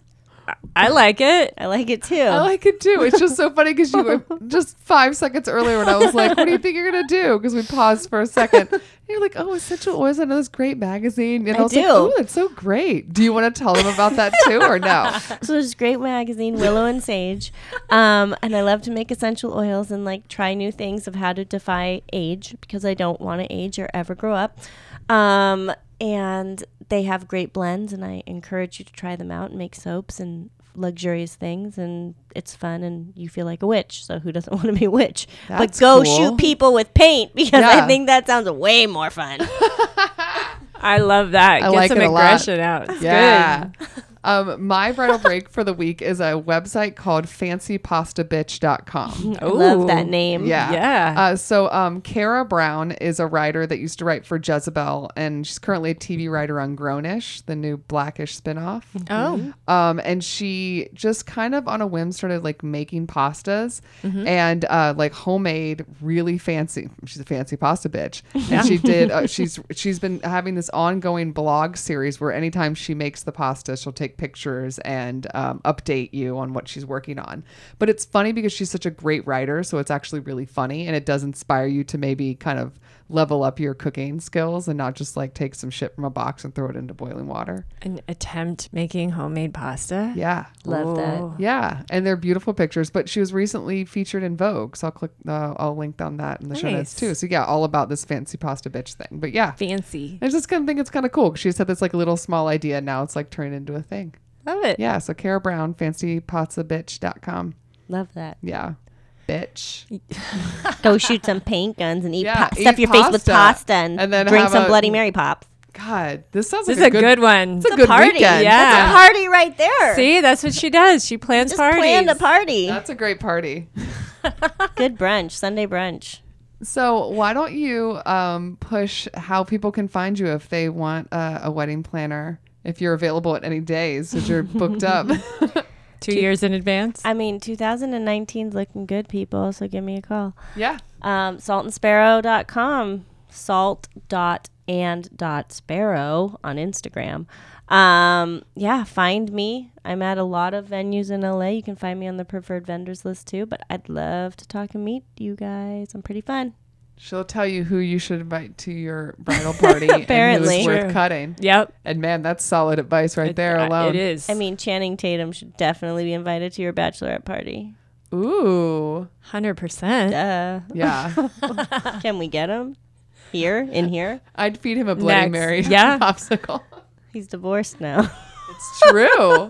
Speaker 4: I like it.
Speaker 3: I like it too.
Speaker 2: I like it too. It's just so funny because you were just five seconds earlier when I was like, what do you think you're going to do? Because we paused for a second. And you're like, oh, Essential Oils, I know this great magazine. And I, was like,
Speaker 3: do.
Speaker 2: oh, that's so great. Do you want to tell them about that too or no?
Speaker 3: so there's this great magazine, Willow and Sage, um, and I love to make essential oils and like try new things of how to defy age because I don't want to age or ever grow up. Um, and they have great blends, and I encourage you to try them out and make soaps and luxurious things, and it's fun, and you feel like a witch. So who doesn't want to be a witch?
Speaker 2: That's
Speaker 3: but go
Speaker 2: cool.
Speaker 3: shoot people with paint because
Speaker 2: Yeah.
Speaker 3: I think that sounds way more fun.
Speaker 4: I love that. Get
Speaker 2: like
Speaker 4: some
Speaker 2: it a lot.
Speaker 4: aggression out. It's
Speaker 2: Yeah. Um, my bridal break for the week is a website called fancypastabitch.com.
Speaker 4: good.
Speaker 3: I love that
Speaker 4: Ooh.
Speaker 3: name.
Speaker 2: Yeah.
Speaker 4: Yeah.
Speaker 2: Uh, so, um, Kara Brown is a writer that used to write for Jezebel, and she's currently a TV writer on Grownish, the new Blackish spinoff.
Speaker 4: Oh.
Speaker 2: Um, and she just kind of on a whim started like making pastas and uh, like homemade, really fancy. She's a fancy pasta bitch, and she did. Uh, she's she's been having this ongoing blog series where anytime she makes the pasta, she'll take pictures and um, update you on what she's working on. But it's funny because she's such a great writer, so it's actually really funny, and it does inspire you to maybe kind of level up your cooking skills and not just like take some shit from a box and throw it into boiling water.
Speaker 4: An attempt making homemade pasta.
Speaker 2: Yeah.
Speaker 3: Love that.
Speaker 4: Ooh.
Speaker 2: Yeah, and they're beautiful pictures. But she was recently featured in Vogue, so I'll click. Uh, I'll link on that in the show notes
Speaker 4: Nice.
Speaker 2: too. So yeah, all about this fancy pasta bitch thing. But yeah,
Speaker 4: Fancy.
Speaker 2: I just kind of think it's kind of cool. 'cause She just had this like little small idea. and Now it's like turned into a thing.
Speaker 4: Love it.
Speaker 2: Yeah. So Cara Brown, fancypastabitch.com.
Speaker 3: Love that.
Speaker 2: Yeah, bitch.
Speaker 3: Go shoot some paint guns and eat
Speaker 2: Yeah,
Speaker 3: pa- stuff
Speaker 2: eat
Speaker 3: your face with
Speaker 2: pasta
Speaker 3: pasta and,
Speaker 2: and then
Speaker 3: drink
Speaker 2: have
Speaker 3: some
Speaker 2: a-
Speaker 3: Bloody Mary pop.
Speaker 2: God, this sounds
Speaker 4: This is
Speaker 2: like
Speaker 4: a good, one.
Speaker 2: It's a good
Speaker 3: party.
Speaker 2: weekend.
Speaker 4: Yeah.
Speaker 3: That's a party right there.
Speaker 4: See, that's what she does. She plans
Speaker 3: just
Speaker 4: parties.
Speaker 3: planned a party.
Speaker 2: That's a great party.
Speaker 3: Good brunch, Sunday brunch.
Speaker 2: So why don't you um, push how people can find you if they want uh, a wedding planner? If you're available at any days, since you're booked up.
Speaker 4: Two years in advance.
Speaker 3: I mean, 2019's looking good, people. So give me a call.
Speaker 2: yeah.
Speaker 3: Um, saltandsparrow.com, salt dot and dot sparrow on Instagram. Um, yeah, find me. I'm at a lot of venues in LA. You can find me on the preferred vendors list too. But I'd love to talk and meet you guys. I'm pretty fun.
Speaker 2: She'll tell you who you should invite to your bridal party and
Speaker 3: Apparently.
Speaker 2: who is worth
Speaker 4: True.
Speaker 2: cutting.
Speaker 4: yep.
Speaker 2: And man, that's solid advice right there
Speaker 4: Uh,
Speaker 2: alone.
Speaker 4: It is.
Speaker 3: I mean, Channing Tatum should definitely be invited to your bachelorette party.
Speaker 2: Ooh.
Speaker 4: 100%.
Speaker 5: Uh,
Speaker 3: Duh.
Speaker 2: Yeah.
Speaker 3: Can we get him here in here?
Speaker 2: I'd feed him a Bloody
Speaker 4: Next.
Speaker 2: Mary
Speaker 4: Yeah.
Speaker 2: popsicle.
Speaker 3: He's divorced now.
Speaker 2: It's true.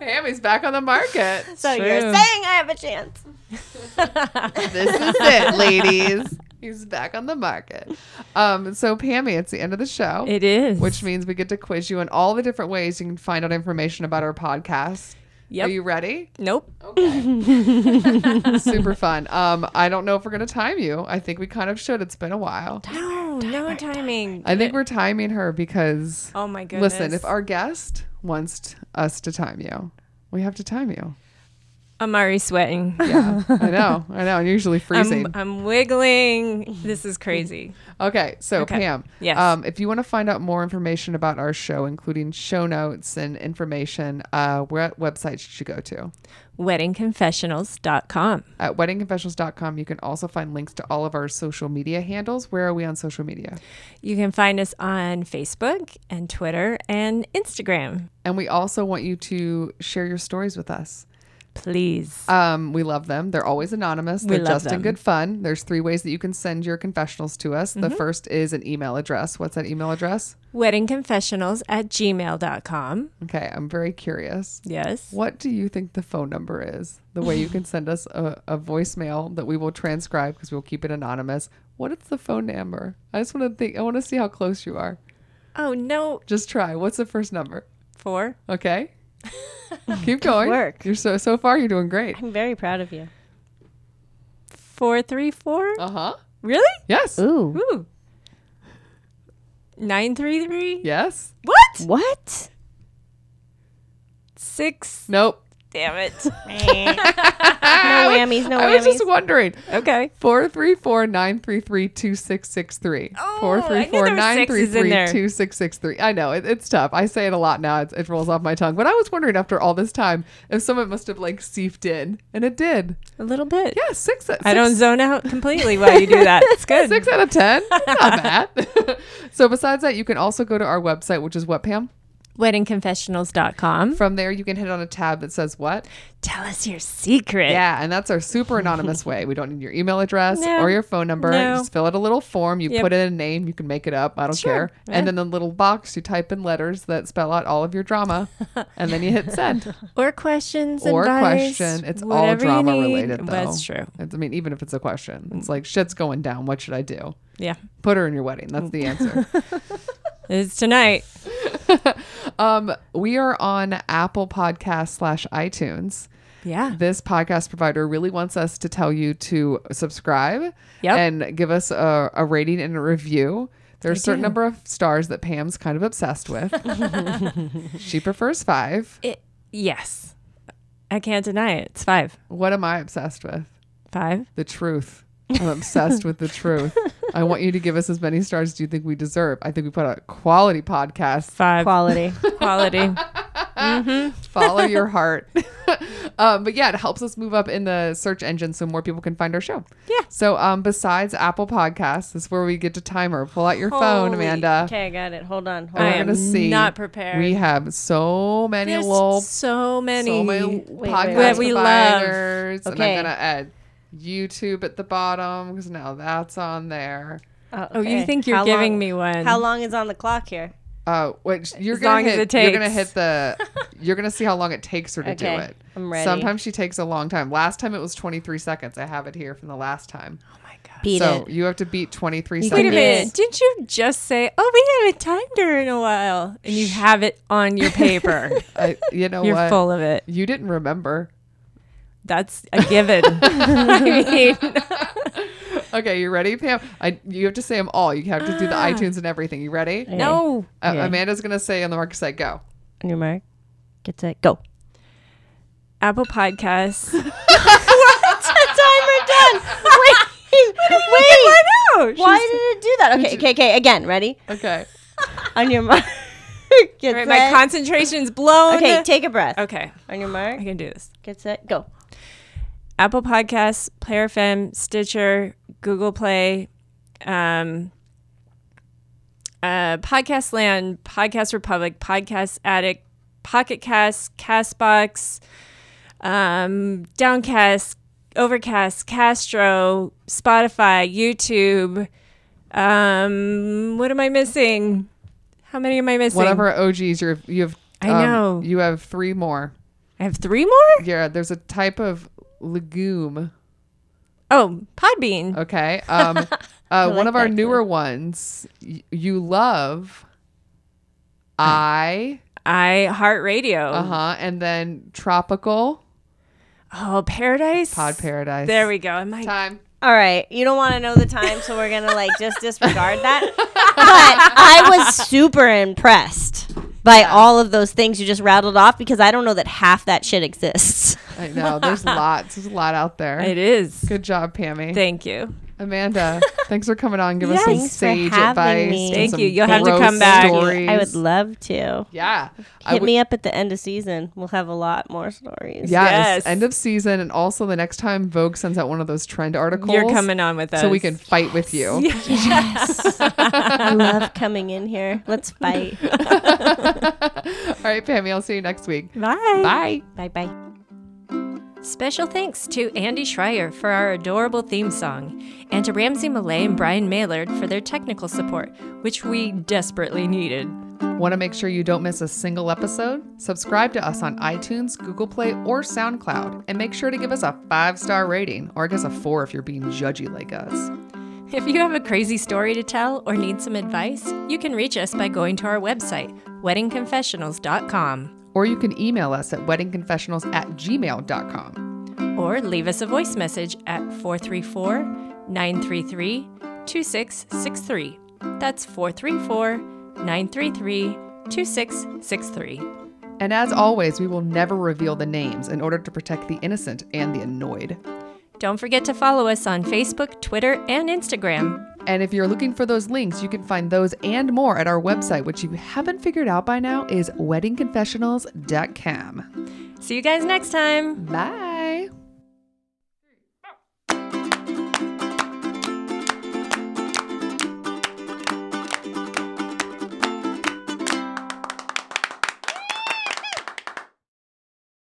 Speaker 2: Hammy's back on the market.
Speaker 3: so you're
Speaker 4: True.
Speaker 3: saying I have a chance.
Speaker 2: This is it, ladies. He's back on the market. Um, so, Pammy, it's the end of the show.
Speaker 4: It is.
Speaker 2: Which means we get to quiz you in all the different ways you can find out information about our podcast.
Speaker 4: Yep.
Speaker 2: Are you ready?
Speaker 4: nope.
Speaker 2: Super fun. Um, I don't know if we're gonna time you. I think we kind of should. It's been a while.
Speaker 4: No, no timing.
Speaker 2: I think we're timing her because
Speaker 4: Oh my goodness.
Speaker 2: listen, if our guest wants t- us to time you, we have to time you.
Speaker 4: I'm already sweating.
Speaker 2: Yeah, I know, I know.
Speaker 4: Um,
Speaker 2: And you're usually freezing.
Speaker 4: I'm, I'm wiggling. This is crazy.
Speaker 2: Okay, so
Speaker 4: Okay.
Speaker 2: Pam,
Speaker 4: Yes.
Speaker 2: um, if you want to find out more information about our show, including show notes and information, uh, what website should you go to?
Speaker 4: WeddingConfessionals.com.
Speaker 2: At weddingconfessionals.com, you can also find links to all of our social media handles. Where are we on social media?
Speaker 4: You can find us on Facebook and Twitter and Instagram.
Speaker 2: And we also want you to share your stories with us.
Speaker 4: Please.
Speaker 2: Um, we love them. They're always anonymous. They're
Speaker 4: love
Speaker 2: just in
Speaker 4: them.
Speaker 2: good fun. There's three ways that you can send your confessionals to us.
Speaker 4: Mm-hmm.
Speaker 2: The first is an email address. What's that email address?
Speaker 4: WeddingConfessionals at gmail.com.
Speaker 2: Okay, I'm very curious.
Speaker 4: Yes.
Speaker 2: What do you think the phone number is? The way you can send us a, a voicemail that we will transcribe because we'll keep it anonymous. What is the phone number? I just want to think. I want to see how close you are.
Speaker 4: Oh, no.
Speaker 2: Just try. What's the first number?
Speaker 4: Four.
Speaker 2: Okay. keep going.
Speaker 5: work.
Speaker 2: You're so so far. You're doing great.
Speaker 5: I'm very proud of you.
Speaker 4: Four, three, four.
Speaker 2: Uh huh.
Speaker 4: Really?
Speaker 2: Yes.
Speaker 5: Ooh.
Speaker 4: Ooh. 933?
Speaker 2: Yes.
Speaker 4: What?
Speaker 5: What?
Speaker 4: Six.
Speaker 2: Nope. Ah,
Speaker 4: Damn it.
Speaker 5: No whammies, no
Speaker 2: I was
Speaker 5: whammies.
Speaker 2: just wondering.
Speaker 4: Okay.
Speaker 2: Four three four nine three three two six six three.
Speaker 4: Oh,
Speaker 2: Four
Speaker 4: I
Speaker 2: three
Speaker 4: knew there
Speaker 2: four
Speaker 4: were
Speaker 2: nine three
Speaker 4: sixes in
Speaker 2: three
Speaker 4: there.
Speaker 2: two six six three. I know it, it's tough. I say it a lot now. It, it rolls off my tongue. But I was wondering after all this time if someone must have like seeped in, and it did.
Speaker 4: A little bit.
Speaker 2: Yeah, six. six
Speaker 4: I don't zone out completely while you do that. It's good.
Speaker 2: Six out of ten. Not bad. so besides that, you can also go to our website, which is what Pam.
Speaker 4: WeddingConfessionals.com.
Speaker 2: From there, you can hit on a tab that says what.
Speaker 4: Tell us your secret.
Speaker 2: Yeah, and that's our super anonymous way. We don't need your email address
Speaker 4: No.
Speaker 2: or your phone number. You
Speaker 4: No.
Speaker 2: Just fill out a little form. You
Speaker 4: Yep.
Speaker 2: put in a name. You can make it up. I don't care. And then the little box, you type in letters that spell out all of your drama, and then you hit send
Speaker 4: Or questions,
Speaker 2: or
Speaker 4: advice,
Speaker 2: question. It's all
Speaker 4: whatever you
Speaker 2: drama
Speaker 4: need.
Speaker 2: related. Though.
Speaker 4: That's true. Mm.
Speaker 2: It's, I mean, even if it's a question, it's like shit's going down. What should I do?
Speaker 4: Yeah.
Speaker 2: Put her in your wedding. That's
Speaker 4: Mm.
Speaker 2: the answer.
Speaker 4: It's tonight.
Speaker 2: um, we are on Apple Podcast slash iTunes.
Speaker 4: Yeah.
Speaker 2: this podcast provider really wants us to tell you to subscribe
Speaker 4: Yep.
Speaker 2: and give us a, a rating and a review. There's a certain number of stars that Pam's kind of obsessed with. she prefers five.
Speaker 4: It, yes. I can't deny it. It's five.
Speaker 2: What am I obsessed with?
Speaker 4: Five.
Speaker 2: The truth. I'm obsessed with the truth. I want you to give us as many stars as you think we deserve. I think we put out quality podcasts.
Speaker 4: Five.
Speaker 5: Quality.
Speaker 4: Quality.
Speaker 2: Follow your heart. um, but yeah, it helps us move up in the search engine so more people can find our show.
Speaker 4: Yeah.
Speaker 2: So um, besides Apple Podcasts, this is where we get to timer. Pull out your phone,
Speaker 4: Holy
Speaker 2: Amanda.
Speaker 5: okay, I got it. Hold on. Hold
Speaker 4: Uh,
Speaker 2: And
Speaker 4: I
Speaker 2: we're
Speaker 4: am
Speaker 2: gonna see.
Speaker 4: not prepared.
Speaker 2: We have so many
Speaker 4: There's
Speaker 2: little,
Speaker 4: so many.
Speaker 2: so many
Speaker 5: wait,
Speaker 2: podcast
Speaker 5: wait. That
Speaker 4: we love.
Speaker 2: providers,
Speaker 5: Okay.
Speaker 2: and I'm gonna add YouTube at the bottom because now that's on there.
Speaker 4: Oh, you
Speaker 5: okay.
Speaker 4: think you're
Speaker 5: How
Speaker 4: giving
Speaker 5: long-
Speaker 4: me one?
Speaker 5: How long is on the clock here?
Speaker 2: Uh, which you're
Speaker 4: As
Speaker 2: gonna
Speaker 4: long as
Speaker 2: hit,
Speaker 4: it
Speaker 2: you're gonna
Speaker 4: takes.
Speaker 2: hit the. You're gonna see how long it takes her to
Speaker 5: Okay,
Speaker 2: do it.
Speaker 5: I'm ready.
Speaker 2: Sometimes she takes a long time. Last time it was 23 seconds. I have it here from the last time.
Speaker 5: Beat
Speaker 2: so
Speaker 5: it.
Speaker 2: you have to beat 23
Speaker 5: You can
Speaker 2: seconds.
Speaker 4: Wait a
Speaker 5: Yes.
Speaker 4: minute. Didn't you just say, oh, we haven't timed her in a while? And you have it on your paper.
Speaker 2: I, you know
Speaker 4: You're
Speaker 2: what?
Speaker 4: full of it.
Speaker 2: You didn't remember.
Speaker 4: That's a given. I mean,
Speaker 2: Okay, you ready, Pam? I, you have to say them all. You have to do the
Speaker 4: Ah.
Speaker 2: iTunes and everything. You ready?
Speaker 4: no.
Speaker 2: Uh,
Speaker 5: Okay.
Speaker 2: Amanda's gonna say on the market site, go.
Speaker 5: On your mark. Get set. Go.
Speaker 4: Apple Podcasts.
Speaker 5: Timer done. Wait. Wait.
Speaker 4: no.
Speaker 5: Why did it do that? Okay, okay, okay. Again, ready?
Speaker 2: Okay.
Speaker 5: On your mark. Get
Speaker 4: Right, my
Speaker 5: set.
Speaker 4: concentration's blown.
Speaker 5: okay, take a breath.
Speaker 4: okay.
Speaker 5: On your mark.
Speaker 4: I can do this.
Speaker 5: Get set. Go.
Speaker 4: Apple Podcasts, Player FM, Stitcher, Google Play, um, uh, Podcast Land, Podcast Republic, Podcast Addict, Pocket Cast, Castbox, um, Downcast, Overcast, Castro, Spotify, YouTube. Um, what am I missing? How many am I missing?
Speaker 2: Whatever OGs you're, you have.
Speaker 4: I know.
Speaker 2: You have three more.
Speaker 4: I have three more.
Speaker 2: Yeah, there's a type of legume
Speaker 4: Oh, Podbean.
Speaker 2: Okay. Um, uh, one of our newer ones y- you love.
Speaker 4: Ah.
Speaker 2: I
Speaker 4: I Heart Radio.
Speaker 2: uh huh, and then tropical
Speaker 4: Oh, Paradise.
Speaker 2: pod paradise.
Speaker 4: There we go. Am I?
Speaker 2: time.
Speaker 3: All right, you don't want to know the time, so we're gonna like just disregard that. But I was super impressed by all of those things you just rattled off because I don't know that half that shit exists.
Speaker 2: I know there's lots. There's a lot out there.
Speaker 4: It is.
Speaker 2: Good job, Pammy.
Speaker 4: Thank you.
Speaker 2: Amanda, thanks for coming on. Give us some
Speaker 3: Thanks for
Speaker 2: sage
Speaker 3: having
Speaker 2: advice.
Speaker 3: me.
Speaker 2: and
Speaker 3: Thank
Speaker 2: some
Speaker 4: you. You'll have to
Speaker 2: gross
Speaker 4: come back.
Speaker 2: Stories.
Speaker 3: I would love to.
Speaker 2: Yeah. I
Speaker 3: Hit
Speaker 2: would-
Speaker 3: me up at the end of season. We'll have a lot more
Speaker 2: Yes.
Speaker 3: stories.
Speaker 4: Yes.
Speaker 2: End of season, and also the next time Vogue sends out one of those trend articles,
Speaker 4: You're coming on with us.
Speaker 2: so we can fight with you.
Speaker 3: I love coming in here. Let's fight.
Speaker 2: All right, Pammy. I'll see you next week.
Speaker 4: Bye.
Speaker 2: Bye.
Speaker 3: bye bye.
Speaker 4: Special thanks to Andy Schreier for our adorable theme song, and to Ramsey Millay and Brian Maylard for their technical support, which we desperately needed.
Speaker 2: Want to make sure you don't miss a single episode? Subscribe to us on iTunes, Google Play, or SoundCloud, and make sure to give us a five star rating, or I guess a four if you're being judgy like us.
Speaker 4: If you have a crazy story to tell or need some advice, you can reach us by going to our website, weddingconfessionals.com,
Speaker 2: Or you can email us at weddingconfessionals at gmail.com.
Speaker 4: or leave us a voice message at 434 933 2663. That's 434 933 2663.
Speaker 2: And as always, we will never reveal the names in order to protect the innocent and the annoyed.
Speaker 4: Don't forget to follow us on Facebook, Twitter, and Instagram.
Speaker 2: And if you're looking for those links, you can find those and more at our website, which you haven't figured out by now is weddingconfessionals.com.
Speaker 4: See you guys next time.
Speaker 2: Bye.